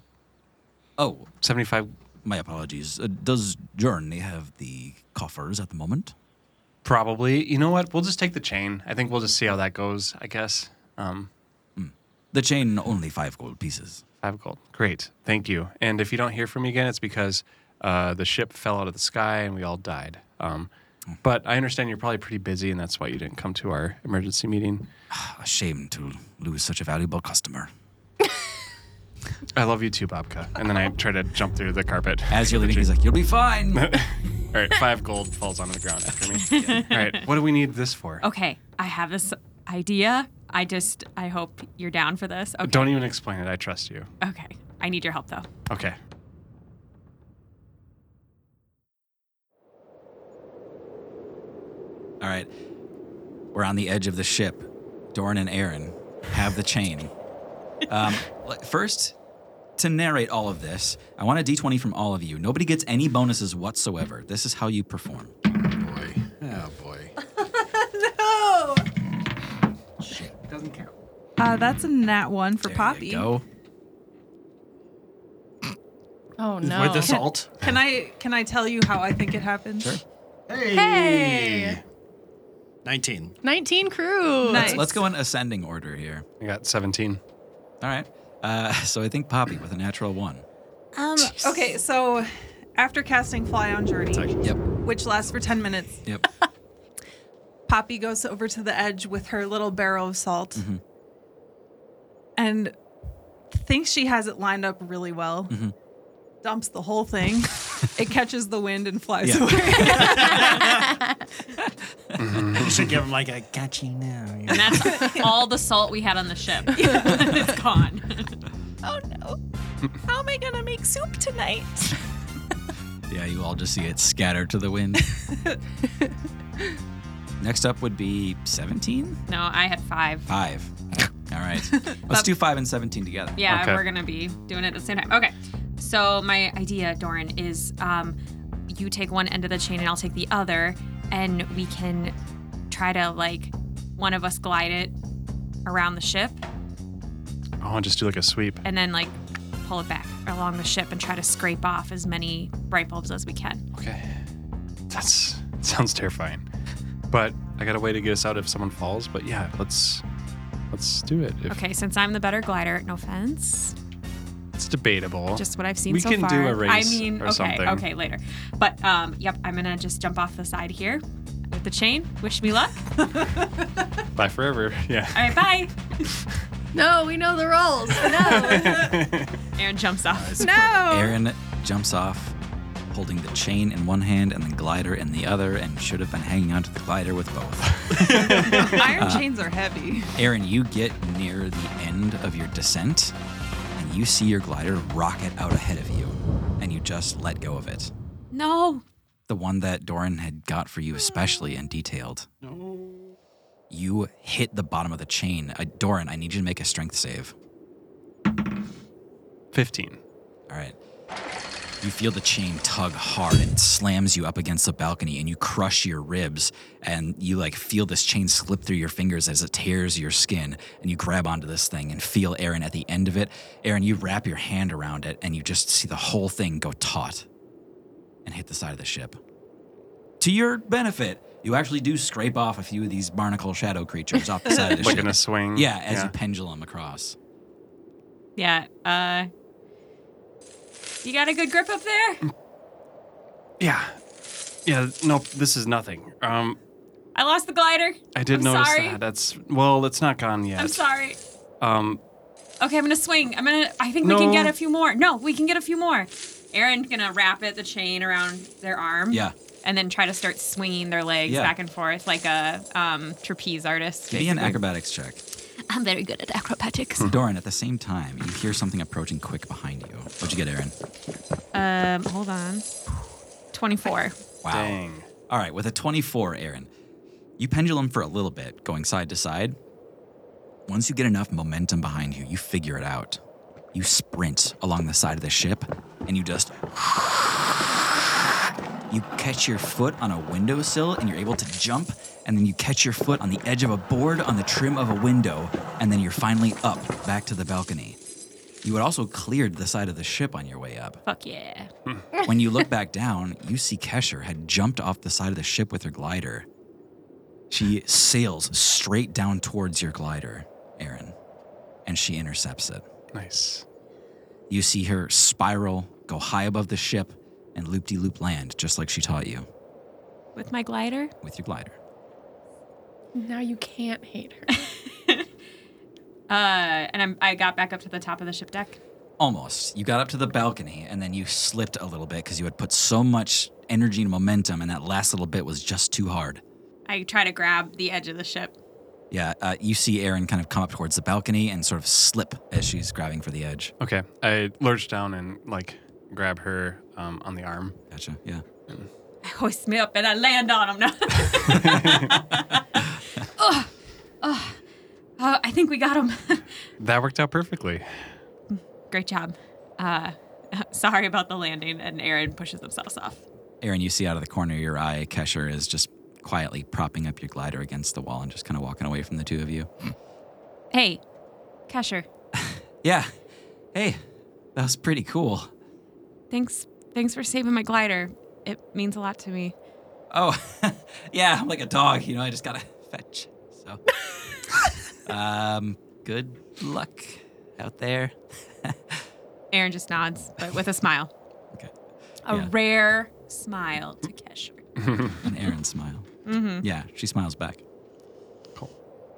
Speaker 1: Oh,
Speaker 4: seventy-five.
Speaker 1: my apologies. Uh, does Journey have the coffers at the moment?
Speaker 4: Probably. You know what? We'll just take the chain. I think we'll just see how that goes. I guess. Um,
Speaker 1: The chain only five gold pieces.
Speaker 4: Five gold. Great. Thank you. And if you don't hear from me again, it's because uh, the ship fell out of the sky and we all died. Um, but I understand you're probably pretty busy, and that's why you didn't come to our emergency meeting.
Speaker 1: A Ah, shame to lose such a valuable customer.
Speaker 4: I love you too, Bobka. And then I try to jump through the carpet.
Speaker 1: As you're leaving, he's like, "You'll be fine."
Speaker 4: all right, five gold falls onto the ground after me. All right, what do we need this for?
Speaker 5: Okay, I have this idea. I just, I hope you're down for this. Okay.
Speaker 4: Don't even explain it. I trust you.
Speaker 5: Okay. I need your help though.
Speaker 4: Okay.
Speaker 1: All right, we're on the edge of the ship. Doran and Aaron have the chain. Um, l- first, to narrate all of this, I want a D20 from all of you. Nobody gets any bonuses whatsoever. This is how you perform.
Speaker 9: boy. Oh boy.
Speaker 7: Uh, that's a nat one for
Speaker 1: There you
Speaker 7: Poppy.
Speaker 1: go.
Speaker 6: Oh no.
Speaker 3: With the salt.
Speaker 7: Can I can I tell you how I think it happened? Sure.
Speaker 6: Hey.
Speaker 3: 19.
Speaker 6: 19 crew.
Speaker 7: Nice.
Speaker 1: Let's go in ascending order here.
Speaker 4: I got 17.
Speaker 1: All right. Uh, so I think Poppy with a natural one.
Speaker 2: Um,
Speaker 7: Okay, so After casting Fly on Journey,
Speaker 1: Yep.
Speaker 7: which lasts for 10 minutes,
Speaker 1: Yep.
Speaker 7: Poppy goes over to the edge with her little barrel of salt and thinks she has it lined up really well. Dumps the whole thing. it catches the wind and flies
Speaker 1: Yeah.
Speaker 7: away.
Speaker 3: You should give him like a got you now. you know.
Speaker 5: And that's all the salt we had on the ship. it's gone.
Speaker 2: Oh no. How am I gonna make soup tonight?
Speaker 1: Yeah, you all just see it scatter to the wind. Next up would be 17?
Speaker 5: No, I had five.
Speaker 1: 5. All right. Let's do 5 and 17 together.
Speaker 5: Yeah,
Speaker 4: Okay.
Speaker 5: we're gonna be doing it at the same time. Okay. So my idea, Doran, is um, you take one end of the chain and I'll take the other, and we can try to like one of us glide it around the ship
Speaker 4: Oh, I'll just do like a sweep.
Speaker 5: and then like pull it back along the ship and try to scrape off as many bright bulbs as we can.
Speaker 4: Okay. That's sounds terrifying. But I got a way to get us out if someone falls. But yeah, let's let's do it. If
Speaker 5: Okay, since I'm the better glider, no offense,
Speaker 4: It's debatable.
Speaker 5: just what I've seen
Speaker 4: We
Speaker 5: so
Speaker 4: can do
Speaker 5: far.
Speaker 4: a race
Speaker 5: I mean,
Speaker 4: or
Speaker 5: okay,
Speaker 4: something.
Speaker 5: okay, later. But um, yep, I'm gonna just jump off the side here with the chain. Wish me luck.
Speaker 4: Bye forever. Yeah.
Speaker 5: All right, bye.
Speaker 6: No, we know the rules.
Speaker 5: Aaron jumps off.
Speaker 1: Aaron jumps off, holding the chain in one hand and the glider in the other, and should have been hanging onto the glider with both. Uh,
Speaker 7: Iron chains are heavy.
Speaker 1: Aaron, you get near the end of your descent, and you see your glider rocket out ahead of you, and you just let go of it.
Speaker 5: No.
Speaker 1: The one that Doran had got for you, especially and detailed. No. You hit the bottom of the chain. Uh, Doran, I need you to make a strength save.
Speaker 4: Fifteen.
Speaker 1: All right. You feel the chain tug hard and it slams you up against the balcony and you crush your ribs and you like feel this chain slip through your fingers as it tears your skin and you grab onto this thing and feel Aaron at the end of it. Aaron, you wrap your hand around it and you just see the whole thing go taut and hit the side of the ship. To your benefit, you actually do scrape off a few of these barnacle shadow creatures off the side of the
Speaker 4: Like
Speaker 1: ship.
Speaker 4: in a swing.
Speaker 1: yeah, as you pendulum across.
Speaker 5: Yeah. Uh. You got a good grip up there.
Speaker 4: Yeah. Yeah. No, this is nothing. Um,
Speaker 5: I lost the glider.
Speaker 4: I did
Speaker 5: I'm
Speaker 4: notice
Speaker 5: sorry.
Speaker 4: that. That's well, it's not gone yet.
Speaker 5: I'm sorry.
Speaker 4: Um,
Speaker 5: Okay, I'm gonna swing. I'm gonna. I think we
Speaker 4: No.
Speaker 5: can get a few more. No, we can get a few more. Aaron's gonna wrap it the chain around their arm.
Speaker 1: Yeah.
Speaker 5: And then try to start swinging their legs
Speaker 1: Yeah.
Speaker 5: back and forth like a um, trapeze artist.
Speaker 1: Give me an acrobatics check.
Speaker 5: I'm very good at acrobatics.
Speaker 1: Doran, at the same time, you hear something approaching quick behind you. What'd you get, Aaron?
Speaker 5: Um, hold on. 24.
Speaker 1: Wow.
Speaker 4: dang.
Speaker 1: All right, with a 24, Aaron, you pendulum for a little bit, going side to side. Once you get enough momentum behind you, you figure it out. You sprint along the side of the ship and you just. You catch your foot on a windowsill and you're able to jump, and then you catch your foot on the edge of a board on the trim of a window, and then you're finally up back to the balcony. You had also cleared the side of the ship on your way up.
Speaker 5: Fuck yeah.
Speaker 1: When you look back down, you see Kesher had jumped off the side of the ship with her glider. She sails straight down towards your glider, Aaron, and she intercepts it.
Speaker 4: Nice.
Speaker 1: You see her spiral, go high above the ship, and loop de loop land, just like she taught you
Speaker 5: With my glider?
Speaker 1: with your glider.
Speaker 6: now you can't hate her.
Speaker 5: Uh, and I'm, I got back up to the top of the ship deck.
Speaker 1: Almost. You got up to the balcony, and then you slipped a little bit because you had put so much energy and momentum, and that last little bit was just too hard.
Speaker 5: I try to grab the edge of the ship.
Speaker 1: Yeah, uh, you see Aaron kind of come up towards the balcony and sort of slip as she's grabbing for the edge.
Speaker 4: Okay, I lurch down and like grab her um, on the arm.
Speaker 1: Gotcha. Yeah.
Speaker 5: I hoist me up and I land on him now. Ugh. Ugh. Uh, I think we got him.
Speaker 4: That worked out perfectly.
Speaker 5: Great job. Uh, sorry about the landing, and Aaron pushes themselves off.
Speaker 1: Aaron, you see out of the corner of your eye, Kesher is just quietly propping up your glider against the wall and just kind of walking away from the two of you.
Speaker 5: Hey, Kesher,
Speaker 1: Yeah. Hey, that was pretty cool.
Speaker 5: thanks, thanks for saving my glider. It means a lot to me.
Speaker 1: Oh, yeah, I'm like a dog, you know, I just gotta fetch. So, um, good luck out there.
Speaker 5: Aaron just nods, but with a smile.
Speaker 1: Okay.
Speaker 2: a
Speaker 1: Yeah.
Speaker 2: rare smile to Kesher.
Speaker 1: An Aaron smile. Yeah, she smiles back. Cool.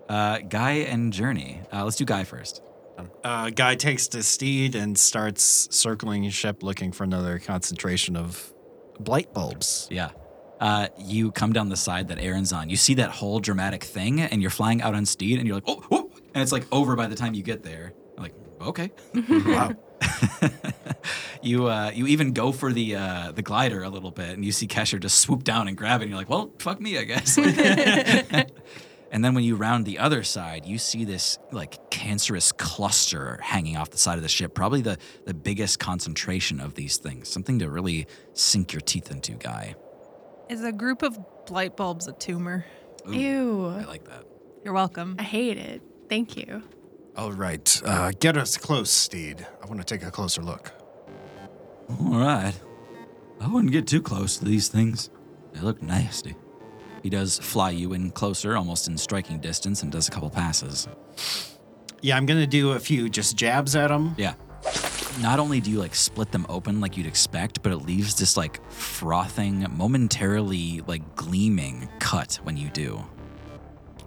Speaker 1: Uh, Guy and Journey. Uh, let's do Guy first.
Speaker 3: Uh, guy takes the steed and starts circling his ship looking for another concentration of blight bulbs.
Speaker 1: Yeah. Uh, you come down the side that Aaron's on. You see that whole dramatic thing, and you're flying out on steed, and you're like, oh, whoa! and it's like over by the time you get there. I'm like, okay.
Speaker 3: wow.
Speaker 1: you uh, you even go for the uh, the glider a little bit, and you see Kesher just swoop down and grab it, and you're like, well, fuck me, I guess. and then when you round the other side, you see this like cancerous cluster hanging off the side of the ship, probably the the biggest concentration of these things. Something to really sink your teeth into, guy.
Speaker 7: Is a group of blight bulbs a tumor?
Speaker 1: Ooh, I
Speaker 6: Ew.
Speaker 1: like that.
Speaker 7: You're welcome.
Speaker 6: I hate it. Thank you.
Speaker 3: All right. Uh, get us close, steed. I want to take a closer look.
Speaker 1: All right. I wouldn't get too close to these things. They look nasty. He does fly you in closer, almost in striking distance, and does a couple passes.
Speaker 3: Yeah, I'm going to do a few just jabs at him.
Speaker 1: Yeah. Not only do you like split them open like you'd expect, but it leaves this like frothing, momentarily like gleaming cut when you do.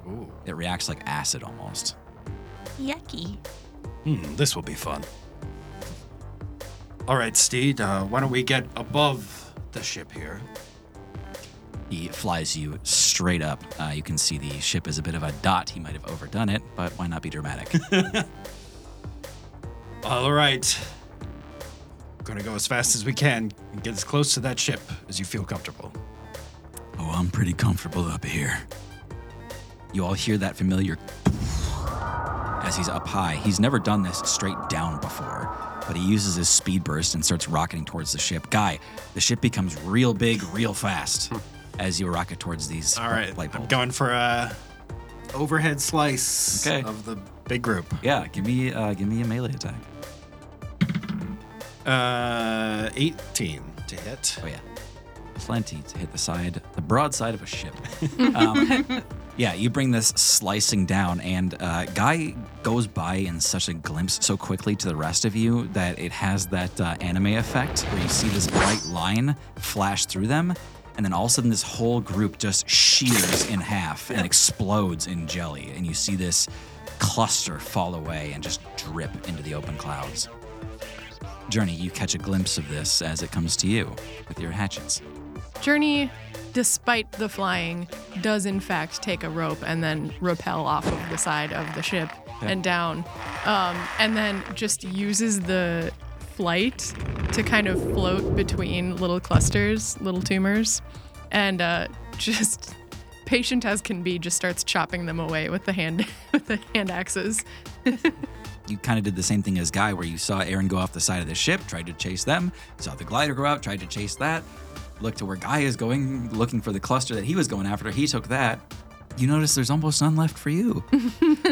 Speaker 3: Ooh.
Speaker 1: It reacts like acid almost.
Speaker 2: Yucky.
Speaker 3: Hmm, this will be fun. All right, steed. Uh, why don't we get above the ship here?
Speaker 1: He flies you straight up. Uh, you can see the ship is a bit of a dot. He might have overdone it, but why not be dramatic?
Speaker 3: All right. Gonna go as fast as we can and get as close to that ship as you feel comfortable.
Speaker 1: Oh, I'm pretty comfortable up here. You all hear that familiar as he's up high. He's never done this straight down before, but he uses his speed burst and starts rocketing towards the ship. Guy, the ship becomes real big, real fast as you rocket towards these
Speaker 3: All right,
Speaker 1: light
Speaker 3: I'm
Speaker 1: bulbs.
Speaker 3: going for a overhead slice
Speaker 1: Okay.
Speaker 3: of the big group.
Speaker 1: Yeah, give me uh, give me a melee attack.
Speaker 3: Uh, 18 to hit.
Speaker 1: Oh yeah, plenty to hit the side, the broad side of a ship. um, yeah, you bring this slicing down, and uh, guy goes by in such a glimpse so quickly to the rest of you that it has that uh, anime effect where you see this bright line flash through them, and then all of a sudden this whole group just shears in half and explodes in jelly, and you see this cluster fall away and just drip into the open clouds. Journey, you catch a glimpse of this as it comes to you with your hatchets.
Speaker 6: Journey, despite the flying, does in fact take a rope and then rappel off of the side of the ship and down, um, and then just uses the flight to kind of float between little clusters, little tumors, and uh, just patient as can be, just starts chopping them away with the hand with the hand axes.
Speaker 1: you kind of did the same thing as Guy, where you saw Aaron go off the side of the ship, tried to chase them, saw the glider go out, tried to chase that, looked to where Guy is going, looking for the cluster that he was going after. He took that. You notice there's almost none left for you,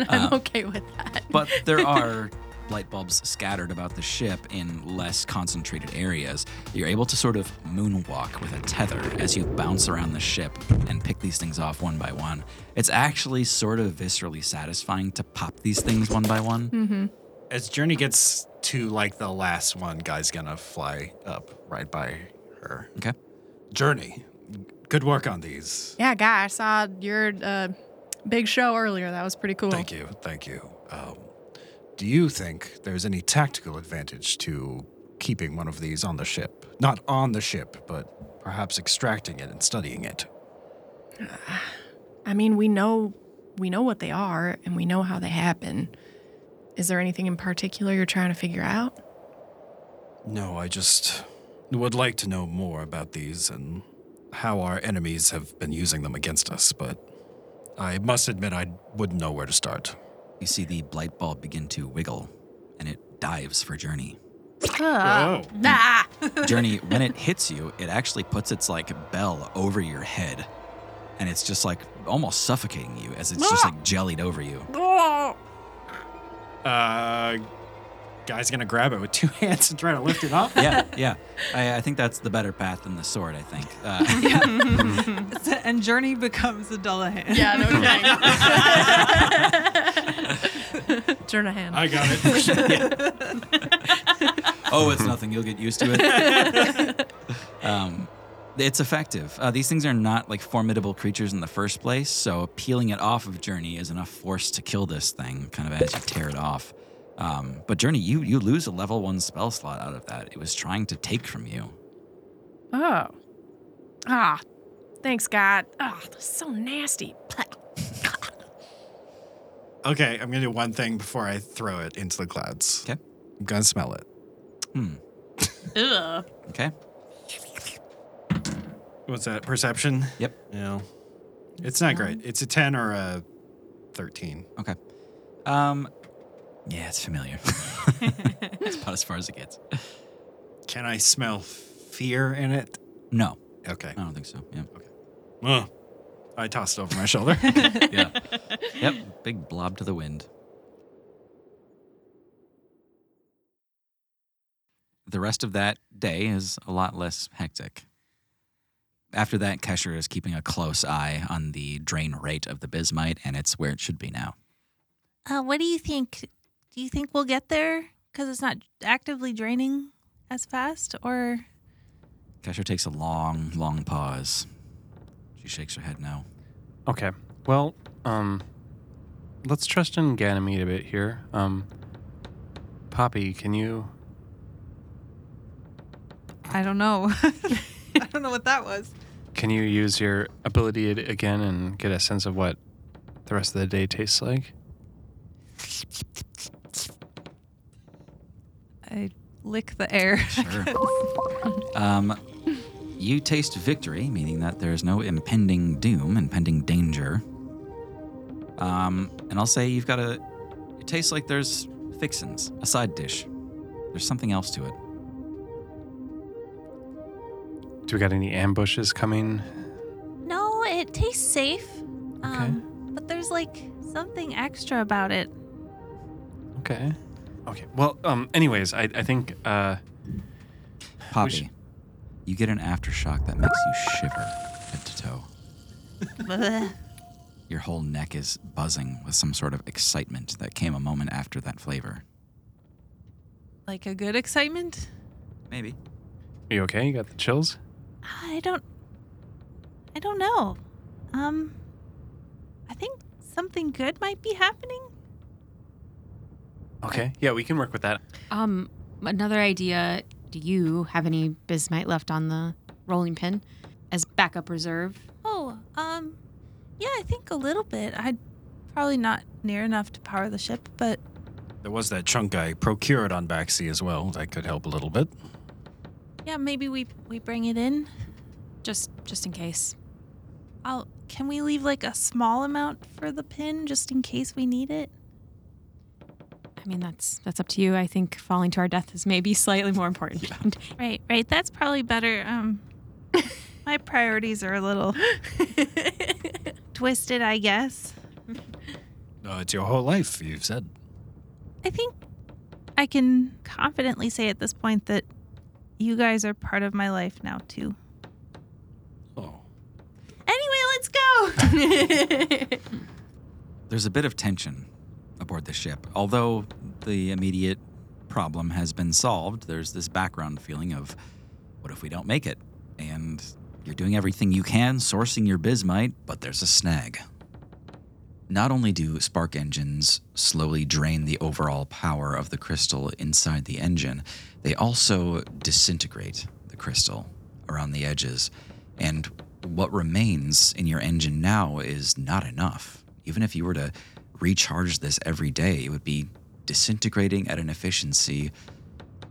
Speaker 6: I'm okay with that.
Speaker 1: but there are light bulbs scattered about the ship in less concentrated areas. You're able to sort of moonwalk with a tether as you bounce around the ship and pick these things off one by one. It's actually sort of viscerally satisfying to pop these things one by one.
Speaker 3: As Journey gets to like the last one, Guy's gonna fly up right by her.
Speaker 1: Okay.
Speaker 3: Journey, good work on these.
Speaker 6: Yeah, guy, I saw your uh, big show earlier. That was pretty cool.
Speaker 3: Thank you, thank you. Um, do you think there's any tactical advantage to keeping one of these on the ship? Not on the ship, but perhaps extracting it and studying it.
Speaker 6: I mean, we know we know what they are and we know how they happen. Is there anything in particular you're trying to figure out?
Speaker 3: No, I just would like to know more about these and how our enemies have been using them against us, but I must admit I wouldn't know where to start.
Speaker 1: You see the blight bulb begin to wiggle, and it dives for Journey.
Speaker 3: Oh.
Speaker 4: Whoa.
Speaker 2: Nah.
Speaker 1: Journey, when it hits you, it actually puts its like bell over your head, and it's just like almost suffocating you as it's just like jellied over you.
Speaker 3: Uh, guy's gonna grab it with two hands and try to lift it up.
Speaker 1: Yeah, yeah. I, I think that's the better path than the sword. I think. Uh,
Speaker 7: and Journey becomes a Dullahan.
Speaker 6: Yeah, no kidding. Turn a hand.
Speaker 3: I got it.
Speaker 1: oh, it's nothing. You'll get used to it. Um, it's effective. Uh, these things are not like formidable creatures in the first place, so peeling it off of Journey is enough force to kill this thing, kind of as you tear it off. Um, but Journey, you you lose a level one spell slot out of that. It was trying to take from you.
Speaker 6: Oh. Ah. Thanks, God. Oh, that's so nasty.
Speaker 3: Okay, I'm gonna do one thing before I throw it into the clouds.
Speaker 1: 'Kay.
Speaker 3: I'm gonna smell it.
Speaker 5: Ugh.
Speaker 1: Hmm. Okay.
Speaker 3: What's that? Perception?
Speaker 1: Yep.
Speaker 3: Yeah. It's not great. It's a 10 or a 13.
Speaker 1: Okay. Um, yeah, it's familiar. it's about as far as it gets.
Speaker 3: Can I smell fear in it? Uh,
Speaker 1: No,
Speaker 3: Okay.
Speaker 1: I don't think so. Yeah.
Speaker 3: Ugh. I tossed over my shoulder.
Speaker 1: yeah. Yep. Big blob to the wind. The rest of that day is a lot less hectic. After that, Kesher is keeping a close eye on the drain rate of the bismite, and it's where it should be now.
Speaker 2: Uh, what do you think? Do you think we'll get there? Because it's not actively draining as fast, or
Speaker 1: Kesher takes a long, long pause. She shakes her head no.
Speaker 4: Okay. Well, um, let's trust in Ganymede a bit here. Um, Poppy, can you?
Speaker 7: I don't know. I don't know what that was.
Speaker 4: Can you use your ability ad- again and get a sense of what the rest of the day tastes like?
Speaker 7: I lick the air.
Speaker 1: Sure. um, you taste victory, meaning that there is no impending doom, impending danger. Um, and I'll say you've got a. It tastes like there's fixins, a side dish. There's something else to it.
Speaker 4: Do we got any ambushes coming?
Speaker 2: no? It tastes safe. Um, But there's like something extra about it.
Speaker 4: Okay. Okay. Well, um, anyways, I, I think uh,
Speaker 1: Poppy,
Speaker 4: should-
Speaker 1: you get an aftershock that makes you shiver head to toe.
Speaker 2: Bleh.
Speaker 1: Your whole neck is buzzing with some sort of excitement that came a moment after that flavor.
Speaker 7: like a good excitement?
Speaker 1: Maybe.
Speaker 4: are you okay? You got the chills?
Speaker 2: I don't. I don't know. Um, I think something good might be happening.
Speaker 4: Okay. Yeah, we can work with that.
Speaker 5: Um, another idea. Do you have any bismite left on the rolling pin as backup reserve?
Speaker 2: Oh, um, yeah, I think a little bit. I probably not near enough to power the ship, but
Speaker 3: there was that chunk I procured on Baxi as well. That could help a little bit.
Speaker 2: yeah, maybe we we bring it in.
Speaker 5: Just, just in case.
Speaker 2: I'll. Can we leave like a small amount for the pin just in case we need it?
Speaker 5: I mean, that's that's up to you. I think falling to our death is maybe slightly more important.
Speaker 2: Right, right. That's probably better. Um, my priorities are a little twisted, I guess.
Speaker 3: No, Uh, it's your whole life, you've said.
Speaker 2: I think I can confidently say at this point that you guys are part of my life now too.
Speaker 3: Oh.
Speaker 2: Anyway, let's go.
Speaker 1: There's a bit of tension aboard the ship. Although the immediate problem has been solved, there's this background feeling of what if we don't make it? And you're doing everything you can, sourcing your bismite, but there's a snag. Not only do spark engines slowly drain the overall power of the crystal inside the engine, they also disintegrate the crystal around the edges. And what remains in your engine now is not enough. Even if you were to recharge this every day, it would be disintegrating at an efficiency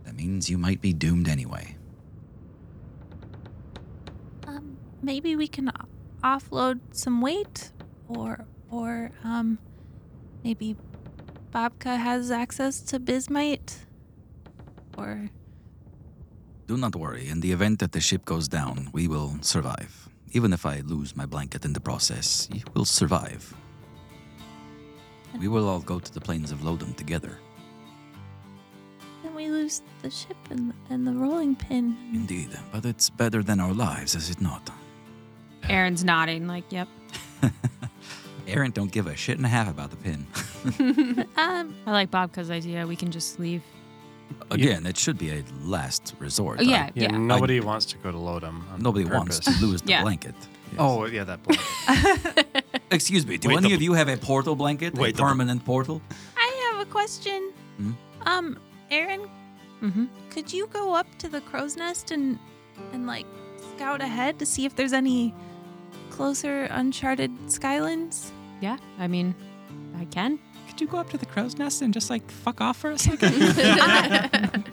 Speaker 1: that means you might be doomed anyway.
Speaker 2: um, maybe we can o- offload some weight, or or um, maybe Babka has access to bismite, or
Speaker 1: Do not worry. In the event that the ship goes down, we will survive. Even if I lose my blanket in the process, you will survive. We will all go to the plains of Lodom together.
Speaker 2: can we lose the ship and and the rolling pin?
Speaker 1: Indeed, but it's better than our lives, is it not?
Speaker 5: Aaron's nodding, like, "Yep,
Speaker 1: Aaron don't give a shit and a half about the pin.
Speaker 2: Um,
Speaker 5: I like Bobka's idea. We can just leave.
Speaker 1: Again, it should be a last resort.
Speaker 5: Oh, yeah,
Speaker 1: I-
Speaker 4: Yeah,
Speaker 5: yeah.
Speaker 4: nobody wants to go to Lodom. on
Speaker 1: nobody wants
Speaker 4: purpose.
Speaker 1: to lose the
Speaker 5: Yeah.
Speaker 1: blanket. Yes.
Speaker 4: Oh, yeah, that blanket.
Speaker 1: excuse me. Do
Speaker 3: Wait,
Speaker 1: any
Speaker 3: the-
Speaker 1: of you have a portal blanket?
Speaker 3: Wait,
Speaker 1: a
Speaker 3: the-
Speaker 1: permanent portal?
Speaker 2: I have a question.
Speaker 1: Hmm?
Speaker 2: Um, Aaron,
Speaker 6: Mhm.
Speaker 2: could you go up to the crow's nest and and like scout ahead to see if there's any closer uncharted skylands?
Speaker 5: Yeah, I mean, I can.
Speaker 10: Could you go up to the crow's nest and just like fuck off for a second?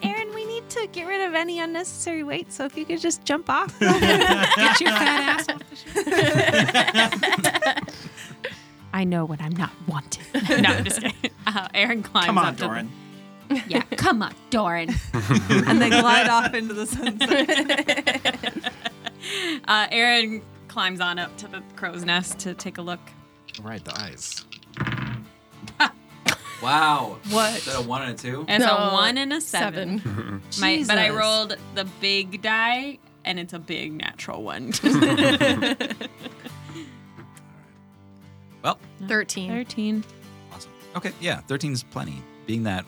Speaker 2: Aaron, we need to get rid of any unnecessary weight, so if you could just jump off. Oh,
Speaker 10: Get your fat ass.
Speaker 5: I know when I'm not wanted. no, I'm just kidding. Uh, Aaron climbs
Speaker 10: Come on,
Speaker 5: up to the-
Speaker 10: Doran.
Speaker 5: yeah, come on, Doran.
Speaker 7: and they glide off into the sunset.
Speaker 5: Uh, Aaron climbs on up to the crow's nest to take a look.
Speaker 9: Right, the eyes.
Speaker 1: Wow.
Speaker 6: What?
Speaker 1: Is that a one and a two?
Speaker 5: It's
Speaker 6: No,
Speaker 5: a one and a seven. My, but I
Speaker 7: Jesus.
Speaker 5: rolled the big die, and it's a big natural one.
Speaker 1: Well,
Speaker 6: 13.
Speaker 5: Thirteen.
Speaker 1: awesome. Okay, yeah, 13's plenty. Being that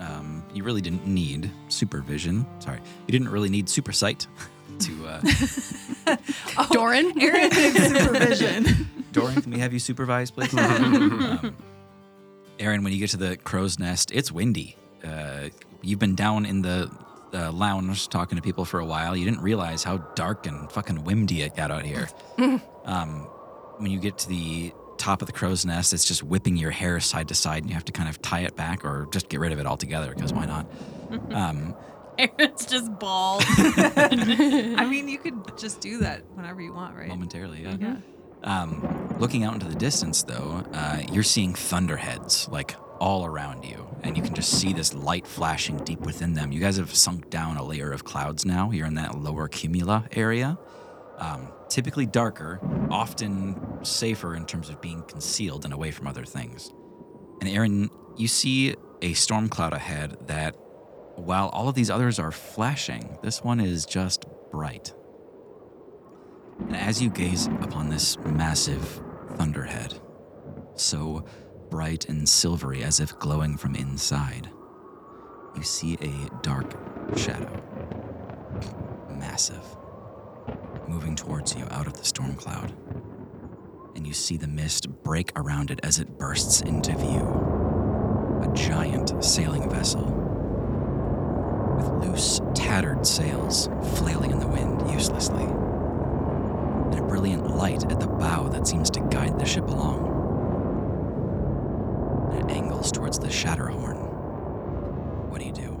Speaker 1: um, you really didn't need supervision. Sorry, you didn't really need super sight to. Uh,
Speaker 6: Doran?
Speaker 7: Aaron needs supervision.
Speaker 1: Doran, can we have you supervise, please? um, Aaron, when you get to the crow's nest, it's windy. Uh, you've been down in the uh, lounge talking to people for a while. You didn't realize how dark and fucking windy it got out here. um, when you get to the top of the crow's nest, it's just whipping your hair side to side, and you have to kind of tie it back or just get rid of it altogether because why not? Um,
Speaker 5: Aaron's just bald.
Speaker 7: I mean, you could just do that whenever you want, right?
Speaker 1: momentarily, yeah. Um, looking out into the distance, though, uh, you're seeing thunderheads like all around you, and you can just see this light flashing deep within them. You guys have sunk down a layer of clouds now. You're in that lower cumula area. Um, typically darker, often safer in terms of being concealed and away from other things. And Aaron, you see a storm cloud ahead that, while all of these others are flashing, this one is just bright. And as you gaze upon this massive thunderhead, so bright and silvery as if glowing from inside, you see a dark shadow. Massive. Moving towards you out of the storm cloud. And you see the mist break around it as it bursts into view. A giant sailing vessel with loose, tattered sails flailing in the wind uselessly and a brilliant light at the bow that seems to guide the ship along. And it angles towards the Shatterhorn. What do you do?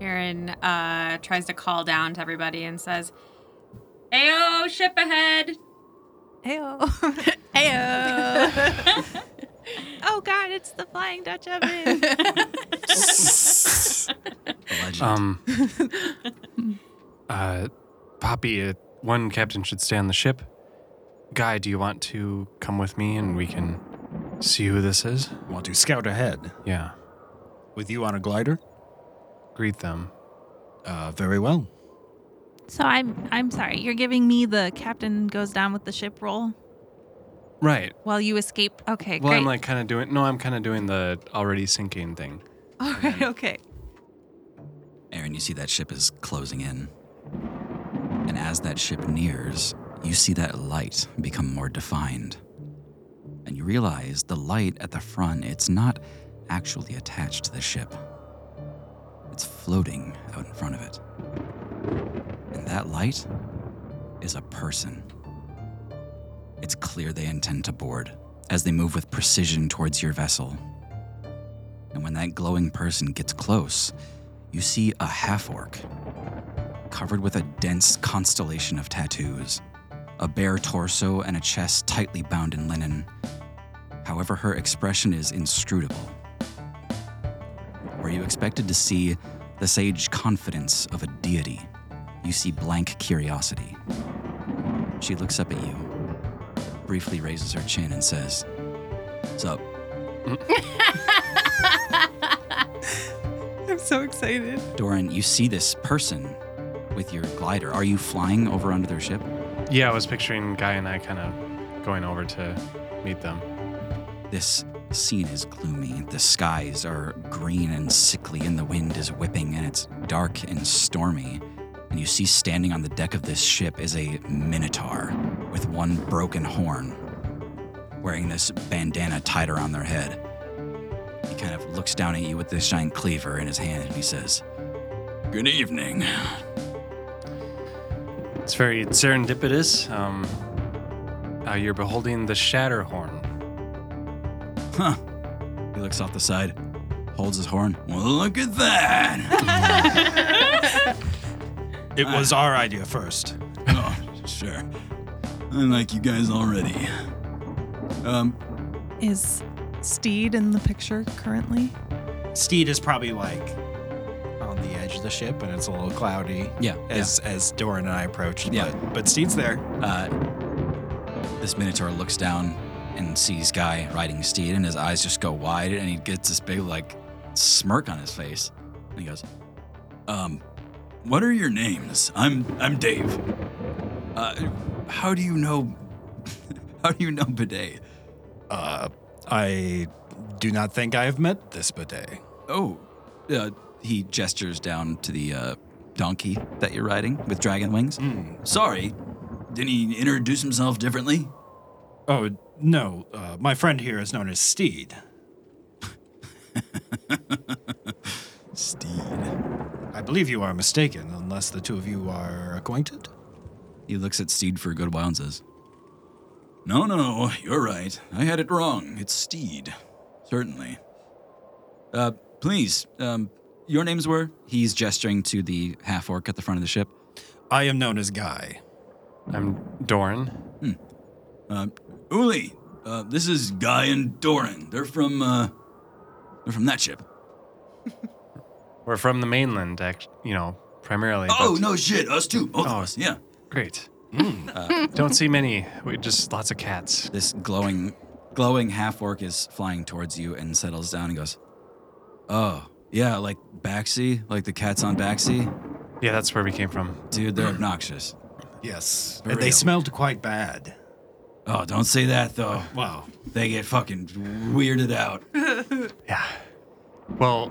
Speaker 5: Aaron uh, tries to call down to everybody and says, "Ayo, ship ahead!"
Speaker 2: Heyo.
Speaker 6: Ayo.
Speaker 2: oh God, it's the Flying Dutch oven.
Speaker 1: The legend.
Speaker 4: Um, uh, Poppy, uh, one captain should stay on the ship. Guy, do you want to come with me and we can see who this is?
Speaker 9: Want to scout ahead
Speaker 4: Yeah,
Speaker 9: with you on a glider?
Speaker 4: greet them.
Speaker 9: Uh, very well.
Speaker 2: so I'm I'm sorry. You're giving me the captain goes down with the ship roll
Speaker 4: Right.
Speaker 2: while you escape. Okay,
Speaker 4: Well,
Speaker 2: great.
Speaker 4: I'm like kind of doing. No, I'm kind of doing the already sinking thing.
Speaker 7: All right, okay.
Speaker 1: Aaron, you see that ship is closing in. And as that ship nears, you see that light become more defined. And you realize the light at the front, it's not actually attached to the ship. It's floating out in front of it. And that light is a person. It's clear they intend to board as they move with precision towards your vessel. And when that glowing person gets close, you see a half orc covered with a dense constellation of tattoos, a bare torso and a chest tightly bound in linen. However, her expression is inscrutable. Where you expected to see the sage confidence of a deity, you see blank curiosity. She looks up at you, briefly raises her chin, and says, Sup?
Speaker 7: I'm so excited.
Speaker 1: Doran, you see this person with your glider. Are you flying over under their ship?
Speaker 4: Yeah, I was picturing Guy and I kind of going over to meet them.
Speaker 1: This The scene is gloomy. The skies are green and sickly, and the wind is whipping, and it's dark and stormy. And you see standing on the deck of this ship is a minotaur with one broken horn, wearing this bandana tied around their head. He kind of looks down at you with this giant cleaver in his hand, and he says, Good evening.
Speaker 4: It's very serendipitous. Um, uh, you're beholding the Shatterhorn.
Speaker 1: Huh. He looks off the side, holds his horn. Well, look at that.
Speaker 9: It was
Speaker 3: Uh,
Speaker 9: our idea first.
Speaker 1: oh, sure. I like you guys already. Um,
Speaker 7: Is Steed in the picture currently?
Speaker 9: Steed is probably like on the edge of the ship, and it's a little cloudy.
Speaker 1: yeah.
Speaker 9: As as Doran and I approach,
Speaker 1: Yeah.
Speaker 9: but but Steed's there.
Speaker 1: Uh, this Minotaur looks down and sees Guy riding Steed, and his eyes just go wide, and he gets this big, like, smirk on his face. And he goes, Um, what are your names? I'm I'm Dave. Uh, how do you know? How do you know Bidet?
Speaker 3: Uh, I do not think I have met this bidet.
Speaker 1: Oh, uh, he gestures down to the uh, donkey that you're riding with dragon wings.
Speaker 9: Hmm.
Speaker 1: Sorry, didn't he introduce himself differently?
Speaker 3: Oh, no. Uh, my friend here is known as Steed.
Speaker 1: Steed.
Speaker 3: I believe you are mistaken, unless the two of you are acquainted.
Speaker 1: He looks at Steed for a good while and says, No, no, you're right. I had it wrong. It's Steed. Certainly. Uh, please, um, your names were? He's gesturing to the half orc at the front of the ship.
Speaker 3: I am known as Guy.
Speaker 4: I'm Doran.
Speaker 1: Uh, Uli, uh, this is Guy and Doran. They're from, uh, they're from that ship.
Speaker 4: We're from the mainland, act- you know, primarily.
Speaker 1: Oh,
Speaker 4: but-
Speaker 1: no shit, us too. Both of
Speaker 4: Oh.
Speaker 1: us, yeah.
Speaker 4: Great. Don't see many. We just lots of cats.
Speaker 1: This glowing, glowing half orc is flying towards you and settles down and goes, Oh, yeah, like Baxi, like the cats on Baxi.
Speaker 4: Yeah, that's where we came from.
Speaker 1: Dude, they're obnoxious.
Speaker 3: Yes.
Speaker 1: Very
Speaker 3: and they
Speaker 1: ill.
Speaker 3: smelled quite bad.
Speaker 1: Oh, don't say that though.
Speaker 3: Wow.
Speaker 1: They get fucking weirded out.
Speaker 4: Yeah. Well,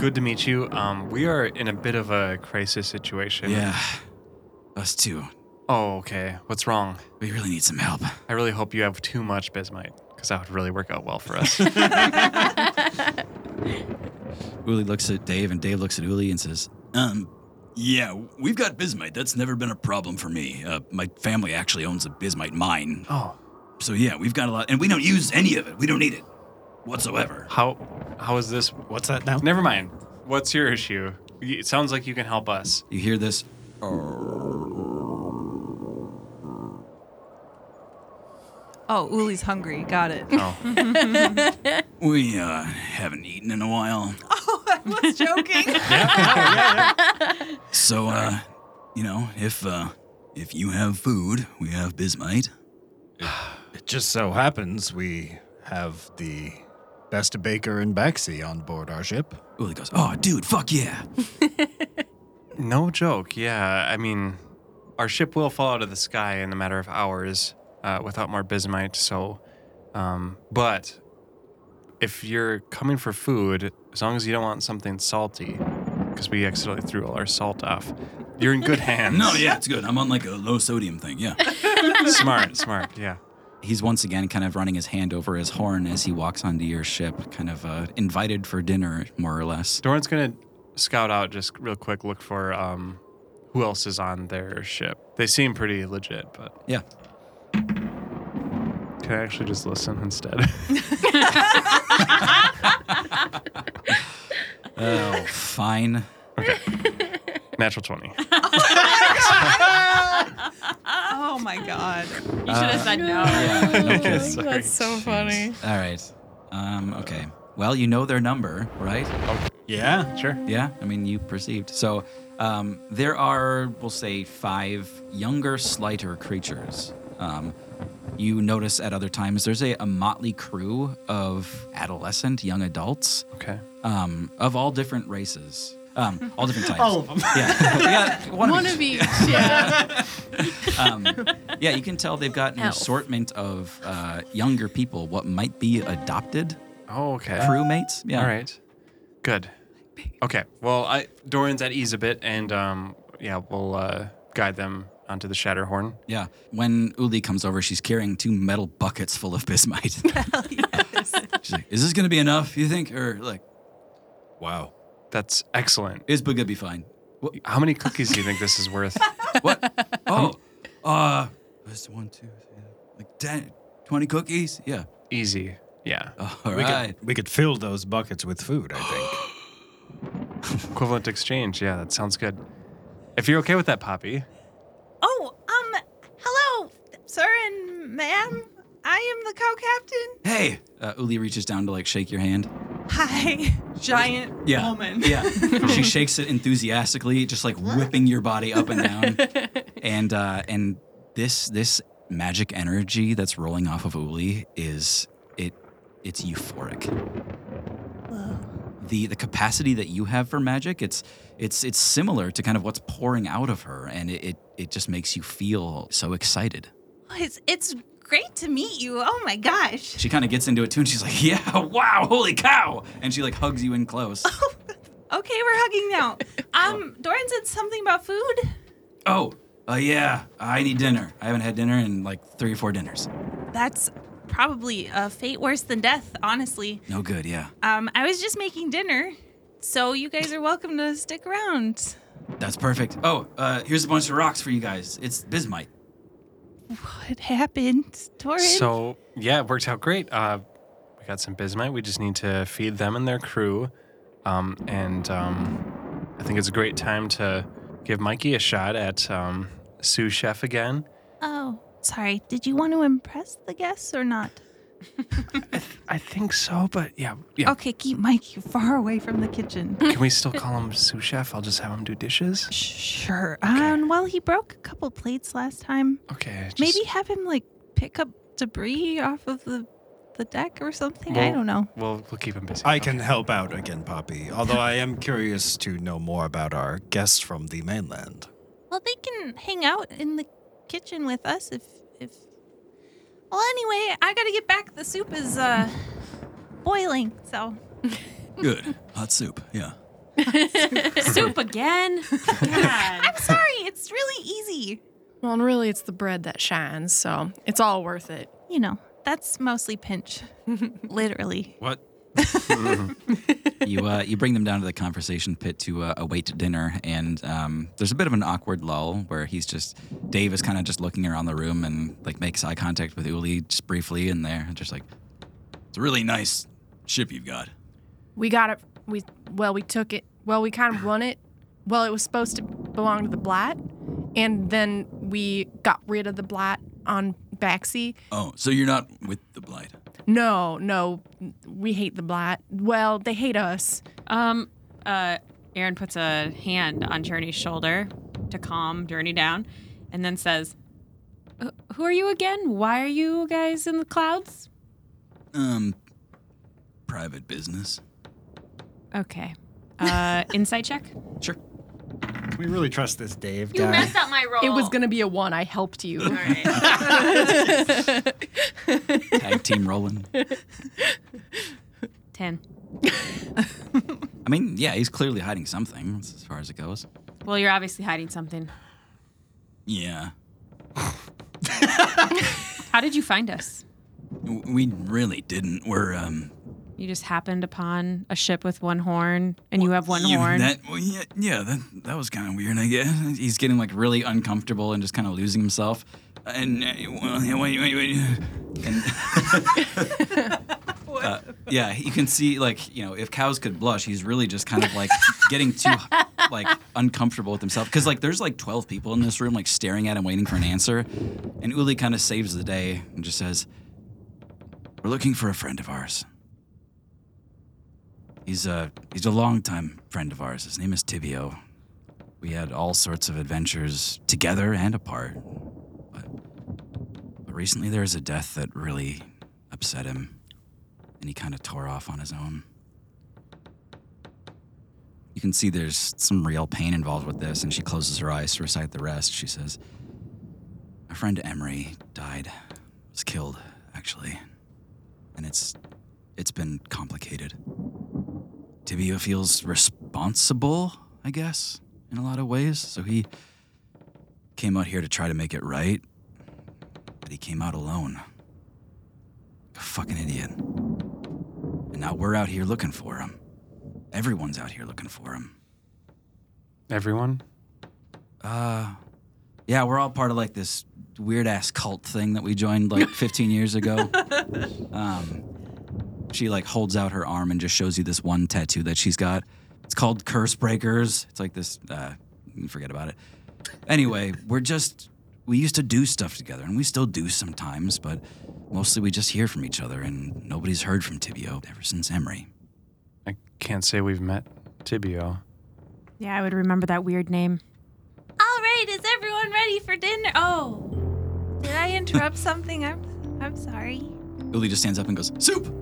Speaker 4: good to meet you. Um, we are in a bit of a crisis situation.
Speaker 1: Yeah. Us too.
Speaker 4: Oh, okay. What's wrong?
Speaker 1: We really need some help.
Speaker 4: I really hope you have too much bismite, because that would really work out well for us.
Speaker 1: Uli looks at Dave and Dave looks at Uli and says, Um, yeah, we've got bismite. That's never been a problem for me. Uh, my family actually owns a bismite mine.
Speaker 4: oh,
Speaker 1: So yeah, we've got a lot, and we don't use any of it. We don't need it whatsoever.
Speaker 4: how how is this?
Speaker 9: What's that now?
Speaker 4: Never mind. What's your issue? Y- It sounds like you can help us.
Speaker 1: You hear this?
Speaker 7: Oh, Uli's hungry. Got it.
Speaker 4: Oh,
Speaker 1: We uh, haven't eaten in a while.
Speaker 7: was joking.
Speaker 1: So uh, you know, if uh, if you have food, we have bismite.
Speaker 9: It just so happens we have the best baker in Baxi on board our ship.
Speaker 1: Uli goes, Oh, dude, fuck yeah.
Speaker 4: no joke. Yeah, I mean, our ship will fall out of the sky in a matter of hours uh, without more bismite. So, um, but if you're coming for food, as long as you don't want something salty, because we accidentally threw all our salt off, you're in good hands.
Speaker 1: No, yeah, it's good. I'm on like a low sodium thing. Yeah.
Speaker 4: smart, smart. Yeah.
Speaker 1: He's once again kind of running his hand over his horn as he walks onto your ship, kind of uh, invited for dinner, more or less.
Speaker 4: Doran's gonna scout out just real quick, look for um, who else is on their ship. They seem pretty legit, but
Speaker 1: Yeah.
Speaker 4: can I actually just listen instead?
Speaker 1: Oh, fine.
Speaker 4: Natural twenty.
Speaker 7: oh my god.
Speaker 5: You should have said no.
Speaker 2: Uh,
Speaker 1: Yeah, no kidding.
Speaker 4: Sorry.
Speaker 6: That's so funny.
Speaker 1: All right. Um, okay. Well, you know their number, right?
Speaker 9: Yeah.
Speaker 4: Sure.
Speaker 1: Yeah. I mean, you perceived. So um, there are, we'll say, five younger, slighter creatures. Um, you notice at other times there's a, a motley crew of adolescent, young adults.
Speaker 4: Okay.
Speaker 1: um, of all different races, um, all different types. all of them. Yeah, We got one,
Speaker 6: One
Speaker 1: of
Speaker 6: of each, yeah.
Speaker 1: each. Um, yeah, you can tell they've got an
Speaker 5: Elf.
Speaker 1: assortment of uh, younger people, what might be adopted,
Speaker 4: Oh, okay.
Speaker 1: crewmates. Yeah.
Speaker 4: All right. Good. Okay. Well, I Doran's at ease a bit, and um, yeah, we'll uh, guide them onto the Shatterhorn.
Speaker 1: Yeah. When Uli comes over, she's carrying two metal buckets full of bismite. she's like, "Is this gonna be enough? You think?" Or like,
Speaker 3: Wow.
Speaker 4: That's excellent.
Speaker 1: "It's gonna be fine."
Speaker 4: How many cookies do you think this is worth?
Speaker 1: What? Oh, uh, was it one, two, three, like 10, 20 cookies? Yeah.
Speaker 4: Easy. Yeah.
Speaker 1: All
Speaker 9: We,
Speaker 1: right.
Speaker 9: could, we could fill those buckets with food, I think.
Speaker 4: Equivalent exchange. Yeah, that sounds good. If you're okay with that, Poppy.
Speaker 2: Oh, um, hello, sir and ma'am. I am the co-captain.
Speaker 1: Hey, uh, Uli reaches down to like shake your hand.
Speaker 2: Hi, giant
Speaker 1: Yeah.
Speaker 2: woman.
Speaker 1: Yeah. she shakes it enthusiastically, just like whipping your body up and down. and uh, and this this magic energy that's rolling off of Uli is it it's euphoric. The the capacity that you have for magic, it's it's it's similar to kind of what's pouring out of her, and it it, it just makes you feel so excited.
Speaker 2: It's it's great to meet you. Oh my gosh.
Speaker 1: She kind of gets into it too, and she's like, "Yeah, wow, holy cow!" And she like hugs you in close.
Speaker 2: Okay, we're hugging now. Um, Doran said something about food.
Speaker 1: oh, uh, yeah, I need dinner. I haven't had dinner in like three or four dinners.
Speaker 2: That's probably a fate worse than death, honestly.
Speaker 1: No good, yeah.
Speaker 2: Um, I was just making dinner, so you guys are welcome to stick around.
Speaker 1: That's perfect. Oh, uh, here's a bunch of rocks for you guys. It's bismite.
Speaker 2: What happened, Doran?
Speaker 4: So yeah, it worked out great. Uh, we got some bismite. We just need to feed them and their crew, um, and um, I think it's a great time to give Mikey a shot at um, sous chef again.
Speaker 2: oh, sorry. Did you want to impress the guests or not?
Speaker 4: I think so, but yeah, yeah.
Speaker 2: Okay, keep Mikey far away from the kitchen.
Speaker 4: Can we still call him sous chef? I'll just have him do dishes.
Speaker 2: sure. Um, well, he broke a couple plates last time.
Speaker 4: Okay. just-
Speaker 2: Maybe have him like pick up debris off of the the deck or something. I
Speaker 4: Well,
Speaker 2: don't know.
Speaker 4: We'll we'll keep him busy.
Speaker 9: I can help out again, Poppy, although I am curious to know more about our guests from the mainland.
Speaker 2: Well, they can hang out in the kitchen with us if if. Well, anyway, I gotta get back. The soup is uh boiling, so
Speaker 1: Good. Hot soup, yeah.
Speaker 5: Soup again. God.
Speaker 2: I'm sorry. it's really easy.
Speaker 6: Well, and really, it's the bread that shines, so it's all worth it.
Speaker 2: You know, that's mostly pinch, literally.
Speaker 3: What?
Speaker 1: you uh, you bring them down to the conversation pit to uh, await dinner, and um, there's a bit of an awkward lull where he's just Dave is kind of just looking around the room and like makes eye contact with Uli just briefly, and they're just like, "It's a really nice ship you've got."
Speaker 6: We got it. We well, we took it. Well, we kind of won it. Well, it was supposed to belong to the Blat, and then we got rid of the Blat on Baxi.
Speaker 1: Oh, so you're not with the blight?
Speaker 6: No, no, we hate the Blat. Well, they hate us.
Speaker 5: Um, uh, Aaron puts a hand on Journey's shoulder to calm Journey down, and then says, "Uh, "Who are you again? Why are you guys in the clouds?"
Speaker 1: Um, private business.
Speaker 5: Okay. Uh, insight check.
Speaker 1: Sure.
Speaker 9: We really trust this Dave
Speaker 5: You messed up my roll.
Speaker 6: It was gonna be a one. I helped you.
Speaker 1: Tag team rolling.
Speaker 5: ten.
Speaker 1: I mean, yeah, he's clearly hiding something as far as it goes.
Speaker 5: Well, you're obviously hiding something.
Speaker 1: Yeah.
Speaker 5: How did you find us?
Speaker 1: W- We really didn't. We're um.
Speaker 5: You just happened upon a ship with one horn, and you have one
Speaker 1: you-
Speaker 5: horn.
Speaker 1: That, well, yeah, yeah, that that was kind of weird. I guess he's getting like really uncomfortable and just kind of losing himself. And uh, well, yeah, wait, wait, wait. And, Uh, yeah, you can see like you know if cows could blush, he's really just kind of like getting too like uncomfortable with himself because like there's like twelve people in this room like staring at him waiting for an answer, and Uli kind of saves the day and just says, "We're looking for a friend of ours." He's a he's a longtime friend of ours. His name is Tibio. We had all sorts of adventures together and apart. But, but recently there was a death that really upset him, and he kind of tore off on his own. You can see there's some real pain involved with this, and she closes her eyes to recite the rest. She says, "My friend Emery died, was killed, actually, and it's It's been complicated. Tibio feels responsible, I guess, in a lot of ways. So he came out here to try to make it right, but he came out alone. A fucking idiot. And now we're out here looking for him. Everyone's out here looking for him.
Speaker 4: Everyone?
Speaker 1: Uh, yeah, we're all part of like this weird ass cult thing that we joined like 15 years ago. Um, she like holds out her arm and just shows you this one tattoo that she's got. It's called Curse Breakers. It's like this. Uh, forget about it. Anyway, we're just we used to do stuff together, and we still do sometimes, but mostly we just hear from each other, and nobody's heard from Tibio ever since Emery.
Speaker 4: I can't say we've met Tibio.
Speaker 11: Yeah, I would remember that weird name.
Speaker 2: All right, is everyone ready for dinner? Oh, did I interrupt something? I'm I'm sorry.
Speaker 1: Uli just stands up and goes, "Soup."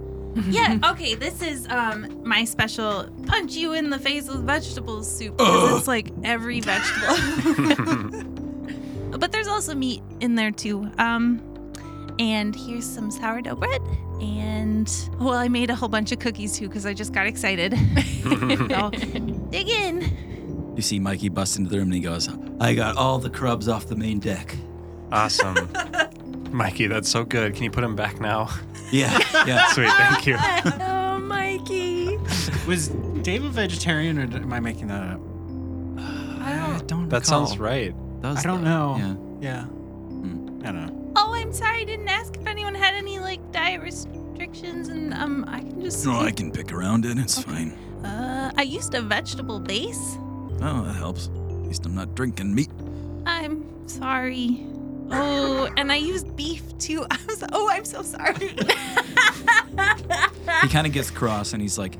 Speaker 2: yeah, okay, this is um my special punch you in the face with vegetables soup. 'cause it's like every vegetable. but there's also meat in there too. Um and here's some sourdough bread and well, I made a whole bunch of cookies too cuz I just got excited. so, dig in.
Speaker 1: You see Mikey bust into the room and he goes, "I got all the crabs off the main deck."
Speaker 4: Awesome. Mikey, that's so good. Can you put him back now?
Speaker 1: Yeah, yeah.
Speaker 4: Sweet, thank you.
Speaker 11: oh, Mikey.
Speaker 10: Was Dave a vegetarian, or d- am I making that up?
Speaker 1: I don't.
Speaker 4: That
Speaker 1: recall.
Speaker 4: sounds right.
Speaker 1: Does
Speaker 10: I don't
Speaker 1: though.
Speaker 10: know.
Speaker 1: Yeah.
Speaker 10: Yeah. I don't know.
Speaker 2: Oh, I'm sorry, I didn't ask if anyone had any like diet restrictions, and um, I can just.
Speaker 1: No, I can pick around it. It's fine.
Speaker 2: Uh, I used a vegetable base.
Speaker 1: Oh, that helps. At least I'm not drinking meat.
Speaker 2: I'm sorry. Oh, and I used beef too. I'm so, oh, I'm so sorry.
Speaker 1: He kind of gets cross and he's like,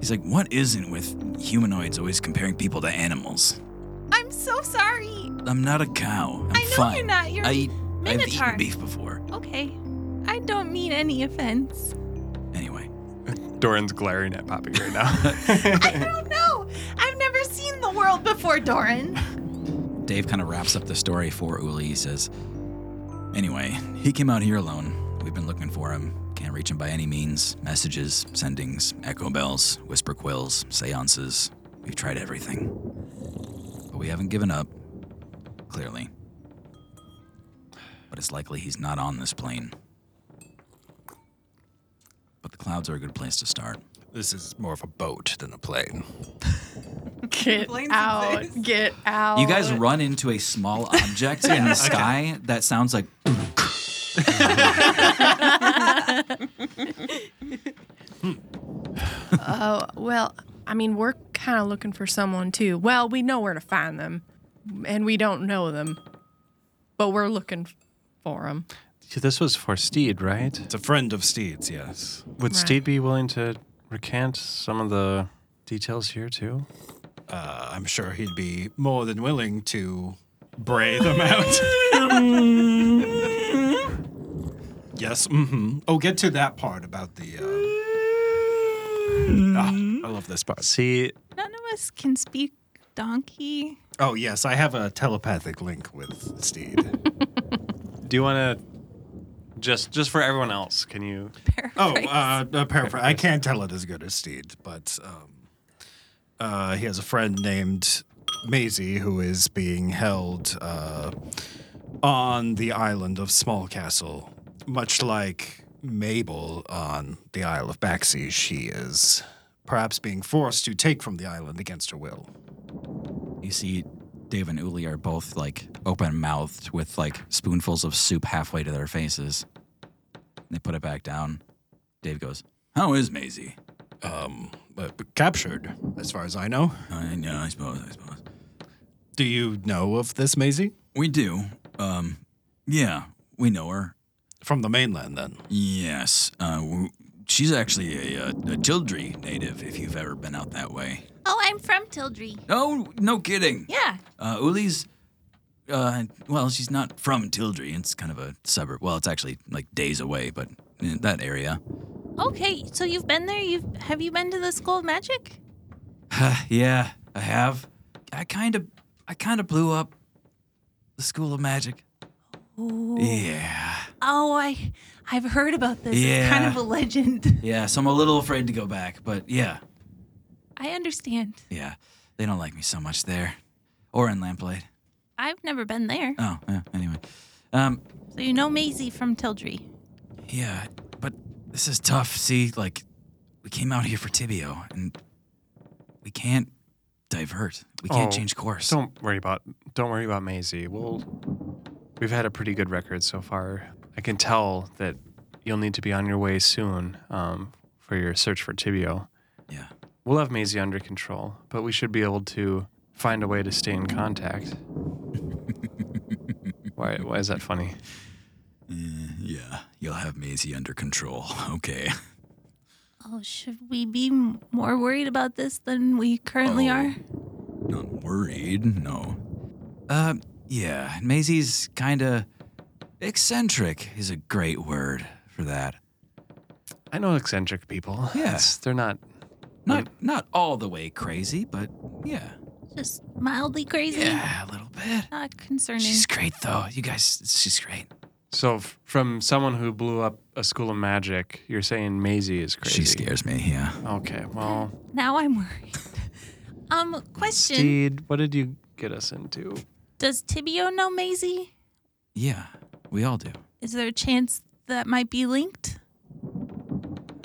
Speaker 1: he's like, what isn't with humanoids always comparing people to animals?
Speaker 2: I'm so sorry.
Speaker 1: I'm not a cow. I'm
Speaker 2: I know
Speaker 1: fine.
Speaker 2: you're not. You're
Speaker 1: I
Speaker 2: a
Speaker 1: eat. I've
Speaker 2: minotaur.
Speaker 1: eaten beef before.
Speaker 2: Okay, I don't mean any offense.
Speaker 1: Anyway,
Speaker 4: Doran's glaring at Poppy right now.
Speaker 1: Eh.
Speaker 2: I don't know. I've never seen the world before, Doran.
Speaker 1: Dave kind of wraps up the story for Uli. He says, anyway, he came out here alone. We've been looking for him. Can't reach him by any means. Messages, sendings, echo bells, whisper quills, seances. We've tried everything. But we haven't given up, clearly. But it's likely he's not on this plane. But the clouds are a good place to start.
Speaker 9: This is more of a boat than a plane.
Speaker 6: Get
Speaker 7: Blames
Speaker 6: out.
Speaker 7: his
Speaker 6: Get out.
Speaker 1: You guys run into a small object in the sky that sounds like.
Speaker 6: Oh, well, I mean, we're kind of looking for someone too. Well, we know where to find them, and we don't know them, but we're looking f- for them.
Speaker 4: this was for Steed, right?
Speaker 3: It's a friend of Steed's, yes. Uh,
Speaker 4: Would Steed be willing to recant some of the details here too?
Speaker 3: Uh, I'm sure he'd be more than willing to bray them out. yes. Mm-hmm. Oh, get to that part about the. Uh... Ah, I love this part.
Speaker 4: See,
Speaker 2: None of us can speak donkey.
Speaker 9: Oh, yes, I have a telepathic link with Steed.
Speaker 4: do you want to just just for everyone else? Can you?
Speaker 9: Oh, uh, uh, paraphrase. I can't tell it as good as Steed, but um, uh, he has a friend named Maisie who is being held uh, on the island of Smallcastle, much like Mabel on the Isle of Baxi. She is perhaps being forced to take from the island against her will.
Speaker 1: You see, Dave and Uli are both like open mouthed with like spoonfuls of soup halfway to their faces. They put it back down. Dave goes, How is Maisie?
Speaker 9: Um, but captured, as far as I know.
Speaker 1: I know, I suppose, I suppose.
Speaker 9: Do you know of this Maisie?
Speaker 1: We do. Um, yeah, we know her.
Speaker 9: From the mainland, then.
Speaker 1: Yes. Uh, w- she's actually a, uh a Tildry native, if you've ever been out that way.
Speaker 2: Oh, I'm from Tildry.
Speaker 1: No, no kidding.
Speaker 2: Yeah.
Speaker 1: Uh, Uli's, uh, well, she's not from Tildry. It's kind of a suburb. Well, it's actually like days away, but in that area.
Speaker 2: Okay, so you've been there. You've have you been to the School of Magic?
Speaker 1: Uh, yeah, I have. I kind of, I kind of blew up the School of Magic. Yeah.
Speaker 2: Oh, I I've heard about this. It's kind
Speaker 1: Yeah.
Speaker 2: of a legend.
Speaker 1: Yeah, so I'm a little afraid to go back, but yeah,
Speaker 2: I understand.
Speaker 1: yeah. They don't like me so much there. Or in Lamplight.
Speaker 2: I've never been there.
Speaker 1: Oh, yeah, anyway. Um,
Speaker 2: So you know Maisie from Tildry.
Speaker 1: yeah, but this is tough. See, like, we came out here for Tibio, and we can't divert. We can't
Speaker 4: Oh,
Speaker 1: change course.
Speaker 4: Don't worry about don't worry about Maisie. We'll we've had a pretty good record so far. I can tell that you'll need to be on your way soon um, for your search for Tibio.
Speaker 1: Yeah.
Speaker 4: We'll have Maisie under control, but we should be able to find a way to stay in contact. why why is that funny?
Speaker 1: Mm, yeah, you'll have Maisie under control. Okay.
Speaker 2: Oh, should we be m- more worried about this than we
Speaker 1: Oh.
Speaker 2: currently are?
Speaker 1: Not worried, no. Uh, yeah, Maisie's kinda eccentric is a great word for that.
Speaker 4: I know eccentric people. Yes, they're not
Speaker 1: Not not all the way crazy, but yeah.
Speaker 2: Just mildly crazy.
Speaker 1: Yeah, a little bit.
Speaker 2: Not concerning.
Speaker 1: She's great though. You guys, she's great.
Speaker 4: So f- from someone who blew up a school of magic, you're saying Maisie is crazy. She
Speaker 1: scares me, yeah.
Speaker 4: Okay, well,
Speaker 2: Now I'm worried. um, question:
Speaker 4: Steed, what did you get us into?
Speaker 2: Does Tibio know Maisie?
Speaker 1: Yeah, we all do.
Speaker 2: Is there a chance that might be linked?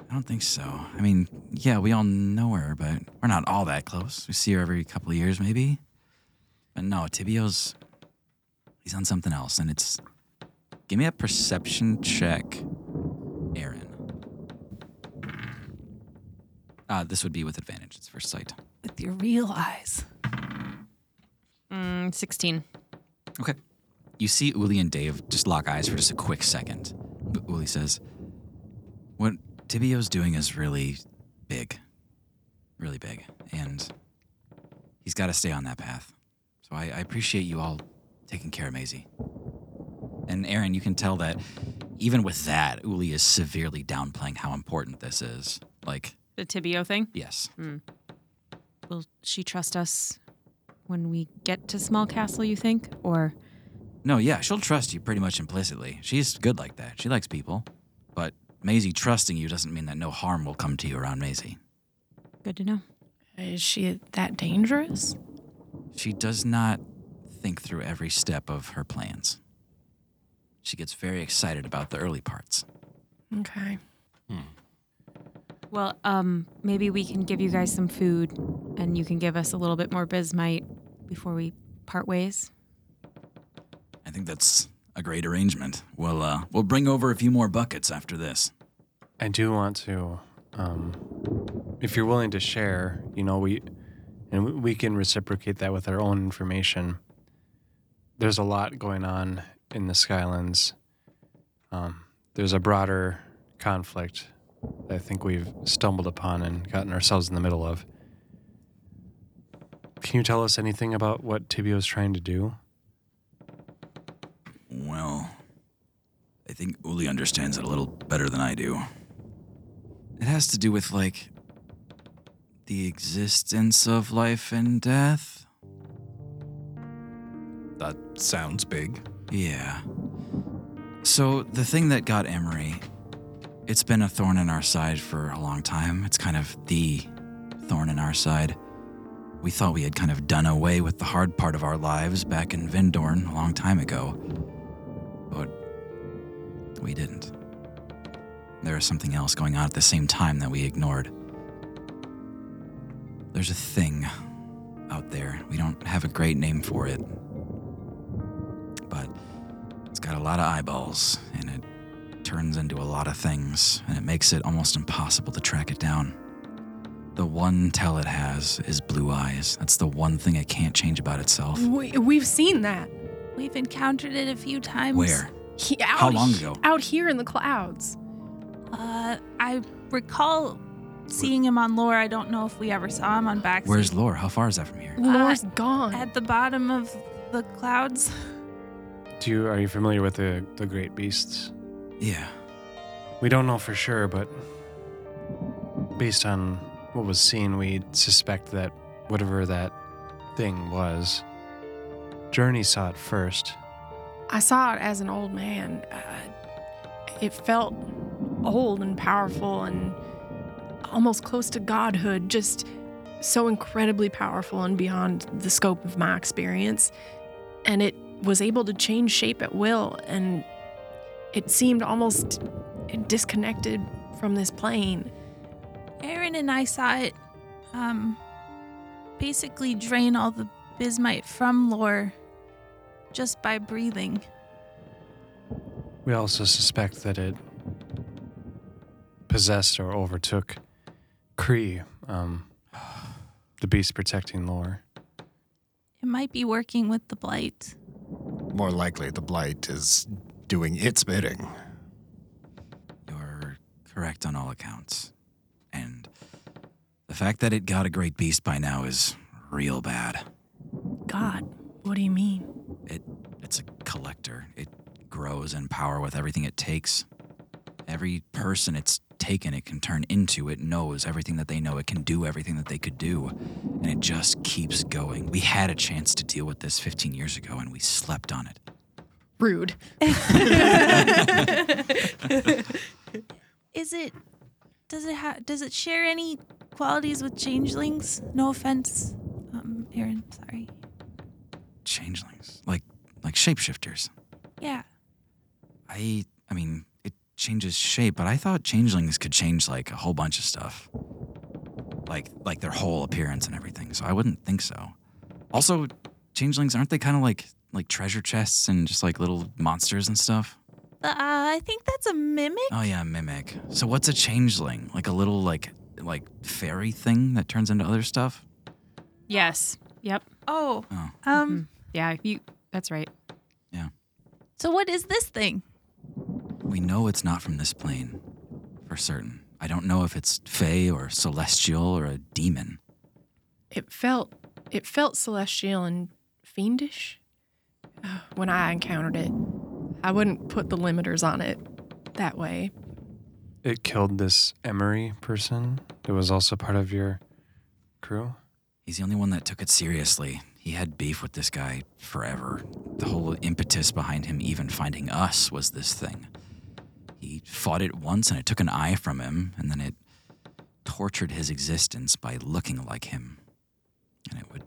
Speaker 1: I don't think so. I mean, yeah, we all know her, but we're not all that close. We see her every couple of years, maybe. But no, Tibio's he's on something else, and it's give me a perception check, Aaron. Uh, this would be with advantage. It's first sight.
Speaker 2: With your real eyes.
Speaker 5: Mm, 16.
Speaker 1: Okay. You see Uli and Dave just lock eyes for just a quick second. But Uli says, What Tibio's doing is really big. Really big. And he's got to stay on that path. So I, I appreciate you all taking care of Maisie. And Aaron, you can tell that even with that, Uli is severely downplaying how important this is. Like,
Speaker 5: The Tibio thing?
Speaker 1: yes.
Speaker 5: Mm. Will she trust us when we get to Small Castle, you think? Or
Speaker 1: No, yeah, she'll trust you pretty much implicitly. She's good like that. She likes people. But Maisie trusting you doesn't mean that no harm will come to you around Maisie.
Speaker 5: good to know.
Speaker 6: Is she that dangerous?
Speaker 1: She does not think through every step of her plans. She gets very excited about the early parts.
Speaker 6: Okay.
Speaker 5: Well, um, maybe we can give you guys some food and you can give us a little bit more bismite before we part ways.
Speaker 1: I think that's a great arrangement. We'll uh, we'll bring over a few more buckets after this.
Speaker 4: I do want to, um, if you're willing to share, you know, we and we- we can reciprocate that with our own information. There's a lot going on in the Skylands. Um, there's a broader conflict that I think we've stumbled upon and gotten ourselves in the middle of. Can you tell us anything about what Tibio's trying to do?
Speaker 1: Well, I think Uli understands it a little better than I do. It has to do with, like, the existence of life and death.
Speaker 3: That sounds big.
Speaker 1: Yeah. So, the thing that got Emery, it's been a thorn in our side for a long time. It's kind of the thorn in our side. We thought we had kind of done away with the hard part of our lives back in Vindorn a long time ago. But we didn't. There is something else going on at the same time that we ignored. There's a thing out there. We don't have a great name for it. But it's got a lot of eyeballs, and it turns into a lot of things, and it makes it almost impossible to track it down. The one tell it has is blue eyes. That's the one thing it can't change about itself.
Speaker 6: We, we've seen that.
Speaker 2: We've encountered it a few times.
Speaker 1: Where?
Speaker 6: He, out,
Speaker 1: How long ago?
Speaker 6: Out here in the clouds.
Speaker 2: Uh, I recall seeing him on Lore. I don't know if we ever saw him on Back.
Speaker 1: Where's Lore? How far is that from
Speaker 6: Uh,
Speaker 1: here?
Speaker 6: Lore's gone.
Speaker 2: At the bottom of the clouds.
Speaker 4: Do you are you familiar with the the great beasts?
Speaker 1: Yeah.
Speaker 4: We don't know for sure, but based on what was seen, we suspect that whatever that thing was, Journey saw it first.
Speaker 6: I saw it as an old man. Uh, it felt old and powerful and almost close to godhood, just so incredibly powerful and beyond the scope of my experience. And it was able to change shape at will, and it seemed almost disconnected from this plane.
Speaker 2: Aaron and I saw it um, basically drain all the bismite from lore just by breathing.
Speaker 4: We also suspect that it possessed or overtook Cree, um, the beast protecting lore.
Speaker 2: It might be working with the blight.
Speaker 9: More likely, the blight is doing its bidding.
Speaker 1: You're correct on all accounts. And the fact that it got a great beast by now is real bad.
Speaker 6: God, what do you mean?
Speaker 1: It it's a collector. It grows in power with everything it takes. Every person it's taken it can turn into. It knows everything that they know. It can do everything that they could do. And it just keeps going. We had a chance to deal with this 15 years ago and we slept on it.
Speaker 6: Rude.
Speaker 2: Is it? Does it ha- Does it share any qualities with changelings? No offense, um, Aaron. Sorry.
Speaker 1: Changelings. Like like shapeshifters.
Speaker 2: Yeah.
Speaker 1: I I mean, it changes shape, but I thought changelings could change like a whole bunch of stuff. Like like their whole appearance and everything. So I wouldn't think so. Also, changelings aren't they kind of like like treasure chests and just like little monsters and stuff?
Speaker 2: Uh, I think that's a mimic.
Speaker 1: Oh yeah, mimic. So what's a changeling? Like a little like like fairy thing that turns into other stuff?
Speaker 5: Yes. Yep.
Speaker 2: Oh.
Speaker 1: Oh.
Speaker 2: Um.
Speaker 5: Yeah. You. That's right.
Speaker 2: So what is this thing?
Speaker 1: We know it's not from this plane for certain. I don't know if it's fey or celestial or a demon.
Speaker 6: It felt it felt celestial and fiendish uh, when I encountered it. I wouldn't put the limiters on it that way.
Speaker 4: It killed this Emery person that was also part of your crew.
Speaker 1: He's the only one that took it seriously. He had beef with this guy forever. The whole impetus behind him even finding us was this thing. He fought it once and it took an eye from him, and then it tortured his existence by looking like him. And it would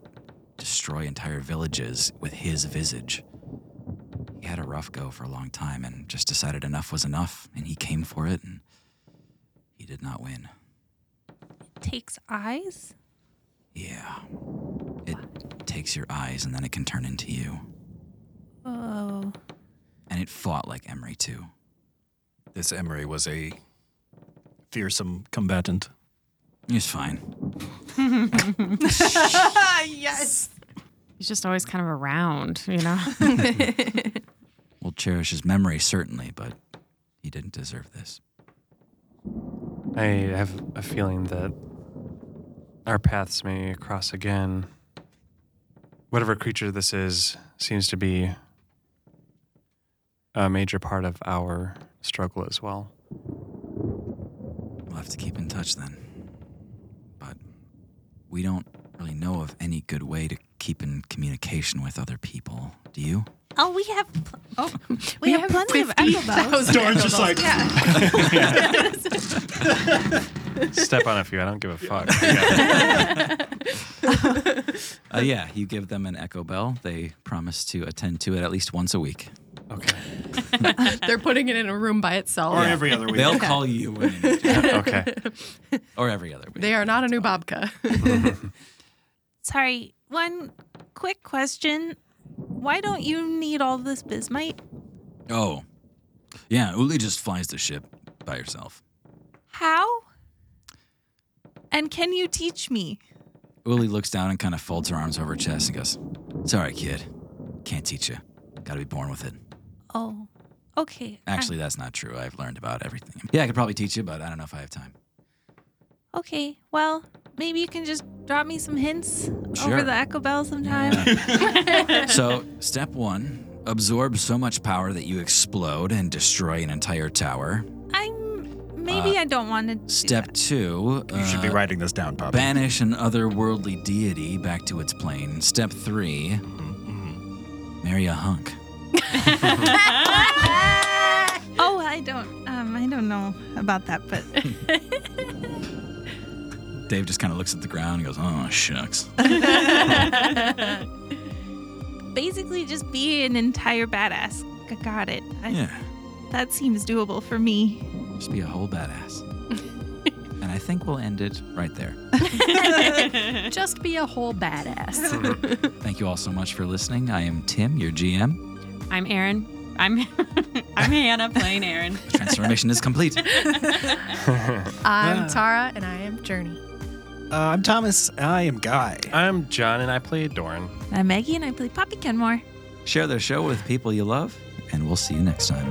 Speaker 1: destroy entire villages with his visage. He had a rough go for a long time and just decided enough was enough, and he came for it, and he did not win.
Speaker 2: Takes eyes.
Speaker 1: Yeah. It takes your eyes and then it can turn into you.
Speaker 2: Oh.
Speaker 1: And it fought like Emery, too.
Speaker 3: This Emery was a fearsome combatant.
Speaker 1: He's fine.
Speaker 5: yes. He's just always kind of around, you know.
Speaker 1: We'll cherish his memory, certainly, but he didn't deserve this.
Speaker 4: I have a feeling that our paths may cross again. Whatever creature this is seems to be a major part of our struggle as well.
Speaker 1: We'll have to keep in touch then. But we don't really know of any good way to keep in communication with other people, do you?
Speaker 2: Oh, we have. Pl- oh, we, have, plenty of applebells.
Speaker 4: 50,000 Doran's just like-
Speaker 2: Yeah.
Speaker 4: Step on a few. I don't give a fuck.
Speaker 1: Uh, yeah, you give them an echo bell. They promise to attend to it at least once a week.
Speaker 4: Okay.
Speaker 6: They're putting it in a room by itself.
Speaker 1: Yeah. They'll call you when you need to.
Speaker 4: okay.
Speaker 1: Or every other week.
Speaker 6: They are not a new babka.
Speaker 2: Sorry. One quick question. Why don't you need all this bismite?
Speaker 1: Oh. Yeah, Uli just flies the ship by herself.
Speaker 2: How? And can you teach me?
Speaker 1: Uli looks down and kind of folds her arms over her chest and goes, Sorry, kid. Can't teach you. Gotta be born with it.
Speaker 2: Oh, okay. I-
Speaker 1: Actually, that's not true. I've learned about everything. Yeah, I could probably teach you, but I don't know if I have time.
Speaker 2: okay. Well, maybe you can just drop me some hints
Speaker 1: Sure.
Speaker 2: over the echo bell sometime.
Speaker 1: so, step one absorb so much power that you explode and destroy an entire tower.
Speaker 2: I'm. Maybe
Speaker 1: Uh,
Speaker 2: I don't want to.
Speaker 1: Step two.
Speaker 9: You should be
Speaker 1: uh,
Speaker 9: writing this down, Poppy.
Speaker 1: Banish an otherworldly deity back to its plane. Step 3
Speaker 9: Mm-hmm,
Speaker 1: Marry a hunk.
Speaker 2: Oh, I don't. Um, I don't know about that, but
Speaker 1: Dave just kind of looks at the ground and goes, oh, shucks.
Speaker 2: basically just be an entire badass. G- Got it. I-
Speaker 1: Yeah.
Speaker 2: That seems doable for me.
Speaker 1: Just be a whole badass. and I think we'll end it right there.
Speaker 6: Just be a whole badass.
Speaker 1: Thank you all so much for listening. I am Tim, your GM.
Speaker 5: I'm Aaron. I'm I'm Hannah playing Aaron.
Speaker 1: The transformation is complete.
Speaker 6: I'm Tara, and I am Journey.
Speaker 9: Uh, I'm Thomas. I am Guy.
Speaker 4: I'm John, and I play Doran.
Speaker 2: I'm Maggie and I play Poppy Kenmore.
Speaker 1: Share the show with people you love, and we'll see you next time.